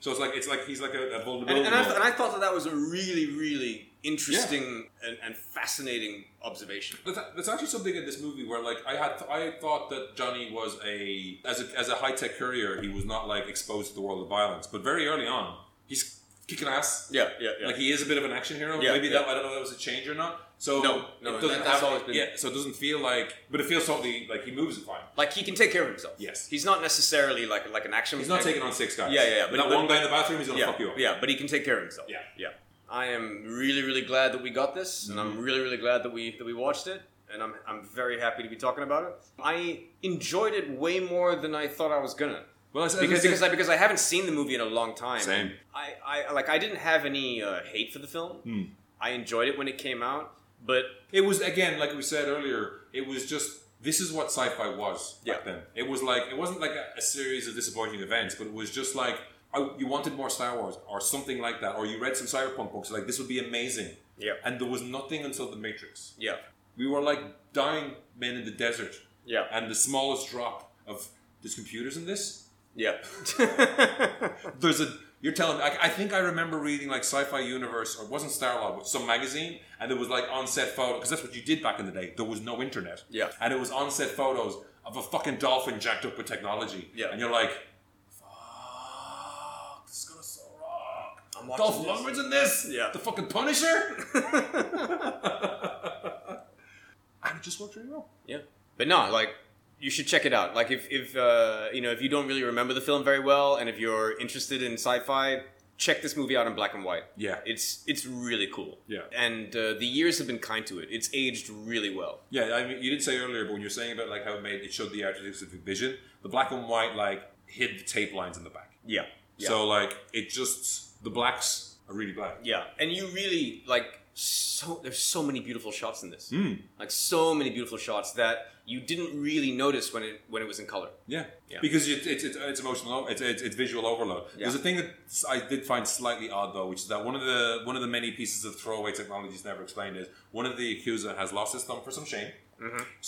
Speaker 1: So it's like it's like he's like a, a
Speaker 2: and,
Speaker 1: vulnerability.
Speaker 2: and, I,
Speaker 1: model.
Speaker 2: th- and I thought that that was a really really interesting and, and fascinating observation.
Speaker 1: That's, that's actually something in this movie where, like, I had I thought that Johnny was a as a as a high tech courier, he was not like exposed to the world of violence. But very early on, he's kicking ass.
Speaker 2: Yeah, yeah, yeah.
Speaker 1: Like he is a bit of an action hero.
Speaker 2: Yeah,
Speaker 1: Maybe
Speaker 2: yeah.
Speaker 1: that I don't know if that was a change or not. So
Speaker 2: No, no,
Speaker 1: it doesn't
Speaker 2: that- that's
Speaker 1: have,
Speaker 2: always been-
Speaker 1: yeah. So it doesn't feel like, but it feels totally like he moves it fine.
Speaker 2: Like he can take care of himself.
Speaker 1: Yes.
Speaker 2: he's not necessarily like like an action.
Speaker 1: He's not taking on six guys.
Speaker 2: Yeah, yeah, yeah,
Speaker 1: But
Speaker 2: but-
Speaker 1: that
Speaker 2: but-
Speaker 1: one guy in the bathroom, he's gonna
Speaker 2: Yeah,
Speaker 1: fuck you up.
Speaker 2: yeah, but he can take care of himself.
Speaker 1: Yeah.
Speaker 2: yeah. I am really, really glad that we got this, and
Speaker 1: Mm-hmm.
Speaker 2: I'm really, really glad that we that we watched it, and I'm I'm very happy to be talking about it. I enjoyed it way more than I thought I was gonna.
Speaker 1: Well, as- as I
Speaker 2: because
Speaker 1: said-
Speaker 2: because I because I haven't seen the movie in a long time.
Speaker 1: Same.
Speaker 2: I, I like I didn't have any uh, hate for the film.
Speaker 1: Hmm.
Speaker 2: I enjoyed it when it came out, but
Speaker 1: It was again, like we said earlier, it was just this is what sci-fi was back
Speaker 2: Yeah.
Speaker 1: then. It was like it wasn't like a, a series of disappointing events, but it was just like I, you wanted more Star Wars or something like that, or you read some cyberpunk books, like this would be amazing.
Speaker 2: Yeah.
Speaker 1: And there was nothing until the Matrix.
Speaker 2: yeah,
Speaker 1: We were like dying men in the desert.
Speaker 2: Yeah.
Speaker 1: And the smallest drop of there's computers in this.
Speaker 2: yeah,
Speaker 1: There's a you're telling me. I, I think I remember reading like Sci-Fi Universe or it wasn't Starlog, but some magazine, and there was like on-set photo because that's what you did back in the day. There was no internet.
Speaker 2: Yeah.
Speaker 1: And it was on-set photos of a fucking dolphin jacked up with technology.
Speaker 2: Yeah.
Speaker 1: And you're like, fuck, this is gonna so rock.
Speaker 2: I'm watching
Speaker 1: Dolph
Speaker 2: this.
Speaker 1: Lundgren's in this.
Speaker 2: Yeah.
Speaker 1: The fucking Punisher. and it just worked really well.
Speaker 2: Yeah, but no, like you should check it out. Like if if uh, you know if you don't really remember the film very well, and if you're interested in sci-fi, check this movie out in black and white.
Speaker 1: Yeah.
Speaker 2: it's it's really cool.
Speaker 1: Yeah.
Speaker 2: and uh, the years have been kind to it. It's aged really well.
Speaker 1: Yeah, I mean, you did say earlier, but when you're saying about like how it made it showed the architects of vision, the black and white like hid the tape lines in the back.
Speaker 2: Yeah, yeah.
Speaker 1: So like it just the blacks are really black.
Speaker 2: yeah, and you really like so. There's so many beautiful shots in this. Like so many beautiful shots that you didn't really notice when it when it was in color.
Speaker 1: Yeah,
Speaker 2: Yeah.
Speaker 1: because it, it's it's it's emotional. o- It's it's, it's visual overload. There's a thing that s- I did find slightly odd though, which is that one of the one of the many pieces of throwaway technologies never explained is one of the accuser has lost his thumb for some shame,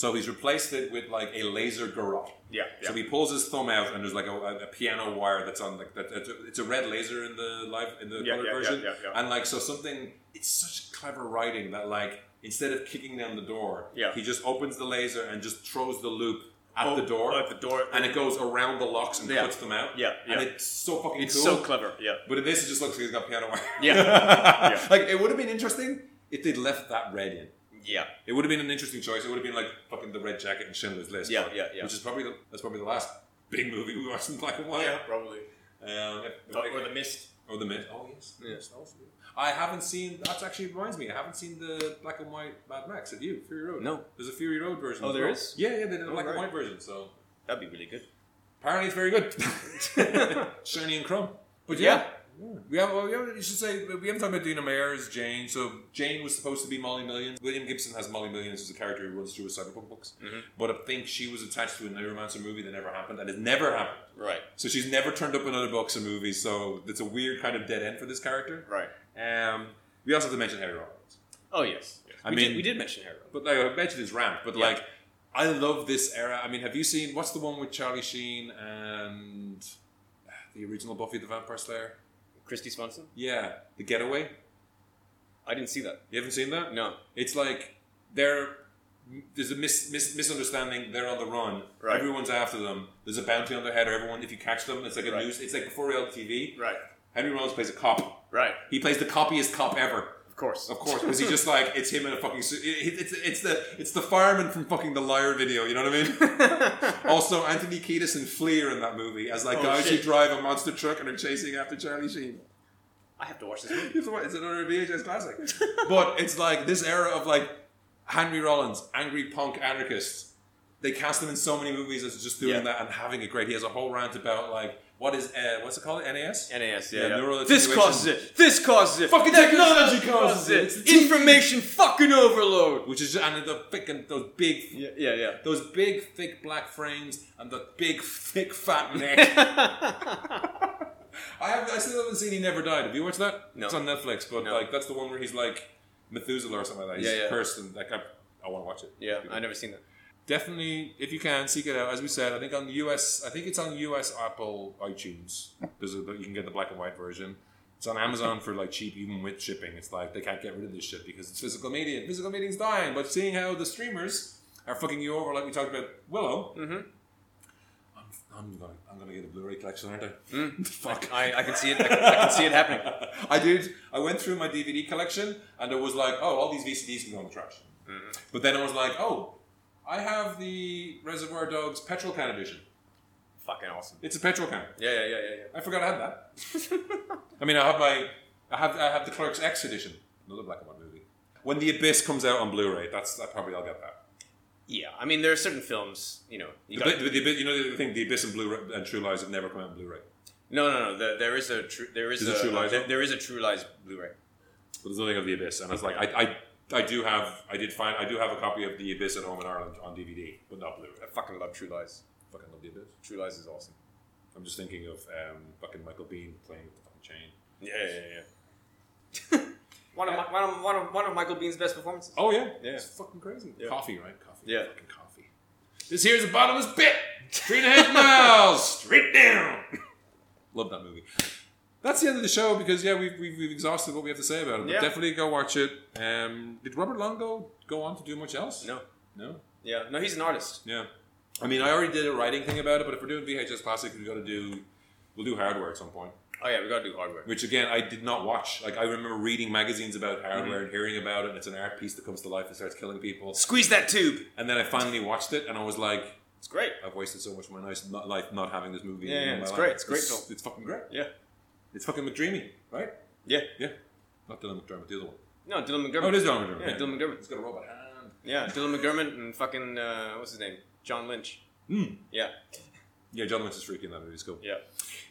Speaker 1: so he's replaced it with like a laser garrote.
Speaker 2: Mm-hmm. Yeah,
Speaker 1: So he pulls his thumb out, and there's like a, a, a piano wire that's on like that. It's a, it's a red laser in the live in the
Speaker 2: Yeah,
Speaker 1: colored
Speaker 2: yeah, yeah,
Speaker 1: version,
Speaker 2: yeah, yeah.
Speaker 1: and like so something. It's such clever writing that like instead of kicking down the door,
Speaker 2: Yeah.
Speaker 1: he just opens the laser and just throws the loop at
Speaker 2: Oh,
Speaker 1: the door,
Speaker 2: at the door.
Speaker 1: and it goes around the locks and
Speaker 2: Yeah.
Speaker 1: cuts them out.
Speaker 2: Yeah, yeah.
Speaker 1: and it's so fucking
Speaker 2: It's
Speaker 1: cool.
Speaker 2: so clever. Yeah,
Speaker 1: But in this, it just looks like he's got piano wire.
Speaker 2: Yeah. Yeah.
Speaker 1: like it would have been interesting if they'd left that red in.
Speaker 2: yeah,
Speaker 1: It would have been an interesting choice. It would have been like fucking the Red Jacket and Schindler's List.
Speaker 2: Yeah,
Speaker 1: but-
Speaker 2: yeah, yeah.
Speaker 1: Which is probably the, that's probably the last big movie we watched in black and white.
Speaker 2: probably.
Speaker 1: Um, if-
Speaker 2: Oh, Or the mist.
Speaker 1: or the mid. Oh yes. Yes, that was good. I haven't seen. That actually reminds me. I haven't seen the black and white Mad Max. Have you? Fury Road.
Speaker 2: No.
Speaker 1: There's a Fury Road version.
Speaker 2: Oh,
Speaker 1: as
Speaker 2: there
Speaker 1: well.
Speaker 2: is?
Speaker 1: Yeah, yeah. They did a black and
Speaker 2: right.
Speaker 1: white version. So
Speaker 2: That'd be really good.
Speaker 1: apparently it's very good. Shiny and Crumb. But yeah.
Speaker 2: Yeah.
Speaker 1: yeah. We have, well, we have, you should say, we haven't talked about Dina Mayer as Jane. So Jane was supposed to be Molly Millions. William Gibson has Molly Millions as a character who runs through his cyberpunk books. But I think she was attached to a Neuromancer movie that never happened, and it never happened.
Speaker 2: Right.
Speaker 1: So she's never turned up in other books or movies. So it's a weird kind of dead end for this character.
Speaker 2: Right.
Speaker 1: Um, we also have to mention Harry Rollins.
Speaker 2: Oh yes.
Speaker 1: I
Speaker 2: we
Speaker 1: mean-
Speaker 2: did, we did mention Harrow.
Speaker 1: But like, I mentioned his rant, but
Speaker 2: Yeah.
Speaker 1: like, I love this era. I mean, have you seen what's the one with Charlie Sheen and uh, the original Buffy the Vampire Slayer?
Speaker 2: Christy Swanson.
Speaker 1: Yeah, The Getaway.
Speaker 2: I didn't see that.
Speaker 1: You haven't seen that?
Speaker 2: No.
Speaker 1: It's like they're there's a mis, mis, misunderstanding. They're on the run.
Speaker 2: Right.
Speaker 1: Everyone's after them. There's a bounty on their head, or everyone if you catch them, it's like a
Speaker 2: Right.
Speaker 1: news. It's like before reality TV.
Speaker 2: Right.
Speaker 1: Henry Rollins plays a cop.
Speaker 2: Right.
Speaker 1: He plays the coppiest cop ever.
Speaker 2: Of course.
Speaker 1: Of course, because he's just like it's him in a fucking suit. It- It's it's the it's the fireman from fucking the liar video. You know what I mean? also, Anthony Kiedis and Fleer in that movie as like
Speaker 2: Oh,
Speaker 1: guys who
Speaker 2: shit.
Speaker 1: drive a monster truck and are chasing after Charlie Sheen.
Speaker 2: I have to watch this movie.
Speaker 1: It's what- it's another VHS classic. but it's like this era of like Henry Rollins, angry punk anarchist. They cast him in so many movies as just doing
Speaker 2: Yeah.
Speaker 1: that and having it great. He has a whole rant about like What is uh, what's it called? NAS.
Speaker 6: NAS,
Speaker 1: Yeah, neural
Speaker 2: This
Speaker 1: attenuation.
Speaker 2: causes it. This causes it.
Speaker 1: Fucking
Speaker 2: Technology
Speaker 1: technology causes it. It's the
Speaker 2: Information fucking overload.
Speaker 1: Which is and the fucking those big
Speaker 2: Yeah, yeah, yeah.
Speaker 1: those big thick black frames and the big thick fat neck. I have I still haven't seen He Never Died. Have you watched that?
Speaker 2: No.
Speaker 1: It's on Netflix, but
Speaker 2: No.
Speaker 1: like that's the one where he's like Methuselah or something like that. He's
Speaker 2: Yeah, yeah.
Speaker 1: cursed and like I, I want to watch it.
Speaker 2: Yeah, I never seen that.
Speaker 1: Definitely, if you can seek it out. As we said, I think on US, I think it's on US Apple iTunes. There's a, you can get the black and white version. It's on Amazon for like cheap, even with shipping. It's like they can't get rid of this shit because it's physical media. Physical media's dying, but seeing how the streamers are fucking you over, like we talked about Willow. Mm-hmm. I'm, I'm gonna, I'm gonna get a Blu-ray collection, aren't I? Fuck.
Speaker 2: Mm. I, I can see it. I can, I can see it happening.
Speaker 1: I did. I went through my DVD collection, and it was like, oh, all these VCDs can go in the trash.
Speaker 2: Mm-hmm.
Speaker 1: But then I was like, oh, I have the Reservoir Dogs Petrol Can edition.
Speaker 2: Fucking awesome.
Speaker 1: It's a petrol can.
Speaker 2: Yeah, yeah, yeah, yeah. yeah.
Speaker 1: I forgot I had that. I mean, I have my, I have, I have the Clerks X edition, another black and white movie. When The Abyss comes out on Blu-ray, that's I probably I'll get that.
Speaker 2: Yeah, I mean, there are certain films, you know. You
Speaker 1: The,
Speaker 2: got,
Speaker 1: Abys- the, Abys- you know the thing, The Abyss and Blu-ray and True Lies have never come out on Blu-ray,
Speaker 2: no, no, no. There, there is a true. There is,
Speaker 1: Is it
Speaker 2: a
Speaker 1: True Lies
Speaker 2: there-
Speaker 1: one?
Speaker 2: there is a True Lies Blu-ray.
Speaker 1: but there's nothing of The Abyss, and I was like, I, I, I do have, I did find, I do have a copy of The Abyss at home in Ireland on DVD, but not Blu-ray.
Speaker 2: I fucking love True Lies.
Speaker 1: fucking love the abyss.
Speaker 2: True Lies is awesome.
Speaker 1: I'm just thinking of um, fucking Michael Bean playing with the fucking chain.
Speaker 2: Yeah, yeah, yeah.
Speaker 6: One of, my, one, of, one, of, one of Michael Bean's best performances.
Speaker 1: Oh yeah,
Speaker 2: Yeah.
Speaker 1: it's fucking crazy. Coffee, right? Coffee.
Speaker 2: Yeah.
Speaker 1: fucking coffee. This here's a bottomless pit. Three and a half miles straight down. Love that movie. That's the end of the show because yeah, we've, we've, we've exhausted what we have to say about it. But
Speaker 2: Yeah.
Speaker 1: definitely go watch it. Um, did Robert Longo go on to do much else?
Speaker 2: No.
Speaker 1: No.
Speaker 2: Yeah. No, he's an artist.
Speaker 1: Yeah. I mean, I already did a writing thing about it, but if we're doing VHS classics, we've got to do. We'll do hardware at some point.
Speaker 2: Oh yeah, we gotta do hardware.
Speaker 1: which again I did not watch. Like I remember reading magazines about hardware and hearing about it, and it's an art piece that comes to life and starts killing people.
Speaker 2: Squeeze that tube.
Speaker 1: And then I finally watched it, and I was like,
Speaker 2: It's great.
Speaker 1: I've wasted so much of my nice not, life not having this movie.
Speaker 2: Yeah,
Speaker 1: in
Speaker 2: yeah,
Speaker 1: my
Speaker 2: it's
Speaker 1: life.
Speaker 2: great, it's great
Speaker 1: It's,
Speaker 2: film.
Speaker 1: it's fucking great.
Speaker 2: Yeah.
Speaker 1: It's fucking McDreamy, right?
Speaker 2: Yeah.
Speaker 1: Yeah. Not Dylan McDermott, the other one.
Speaker 2: No, Dylan McDermott.
Speaker 1: Oh, it is Dylan McDermott.
Speaker 2: Yeah, Dylan McDermott.
Speaker 1: It's got a robot hand.
Speaker 2: Yeah, Dylan McDermott and fucking uh, what's his name? John Lynch. Yeah.
Speaker 1: Yeah, John Lynch is freaky in that movie. It's cool.
Speaker 2: Yeah.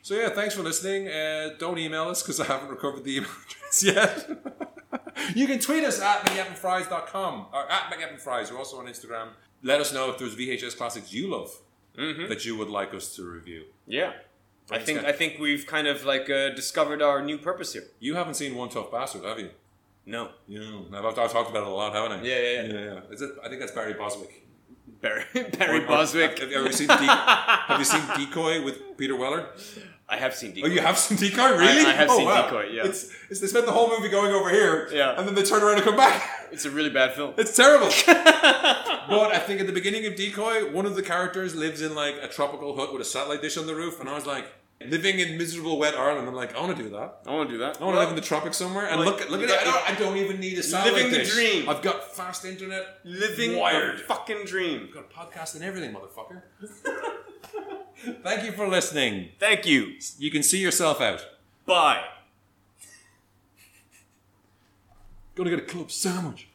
Speaker 1: So yeah, thanks for listening. Uh, don't email us because I haven't recovered the email address yet. you can tweet us at mcgavvinfries.com or at mcgavvinfries. We're also on Instagram. Let us know if there's VHS classics you love
Speaker 2: Mm-hmm.
Speaker 1: that you would like us to review.
Speaker 2: Yeah. I
Speaker 1: Thanks,
Speaker 2: think
Speaker 1: guys.
Speaker 2: I think we've kind of like uh, discovered our new purpose here.
Speaker 1: You haven't seen One Tough Bastard, have you?
Speaker 2: No.
Speaker 1: No. I've, I've talked about it a lot, haven't I?
Speaker 2: Yeah, yeah, yeah.
Speaker 1: Is it, I think that's Barry Boswick.
Speaker 2: Barry Barry
Speaker 1: Or- or-
Speaker 2: Boswick.
Speaker 1: Have, have you seen De- have you seen Decoy with Peter Weller?
Speaker 2: I have seen Decoy.
Speaker 1: Oh, you have seen Decoy? Really?
Speaker 2: I have
Speaker 1: Oh,
Speaker 2: seen
Speaker 1: wow.
Speaker 2: Decoy, yeah.
Speaker 1: It's, it's, they spent the whole movie going over here,
Speaker 2: Yeah.
Speaker 1: and then they turn around and come back.
Speaker 2: It's a really bad film.
Speaker 1: It's terrible. but I think at the beginning of Decoy, one of the characters lives in like a tropical hut with a satellite dish on the roof, and I was like, living in miserable wet Ireland. I'm like, I want to do that.
Speaker 2: I want to do that.
Speaker 1: I want to live in the tropics somewhere. And
Speaker 2: Like,
Speaker 1: look, look
Speaker 2: you
Speaker 1: at it. I
Speaker 2: got-
Speaker 1: don't, I don't even need a satellite
Speaker 2: Living the
Speaker 1: dish.
Speaker 2: dream.
Speaker 1: I've got fast internet.
Speaker 2: living
Speaker 1: wired.
Speaker 2: the fucking dream.
Speaker 1: I've got a podcast and everything, motherfucker. Thank you for listening.
Speaker 2: Thank you.
Speaker 1: You can see yourself out.
Speaker 2: Bye.
Speaker 1: Gonna get a club sandwich.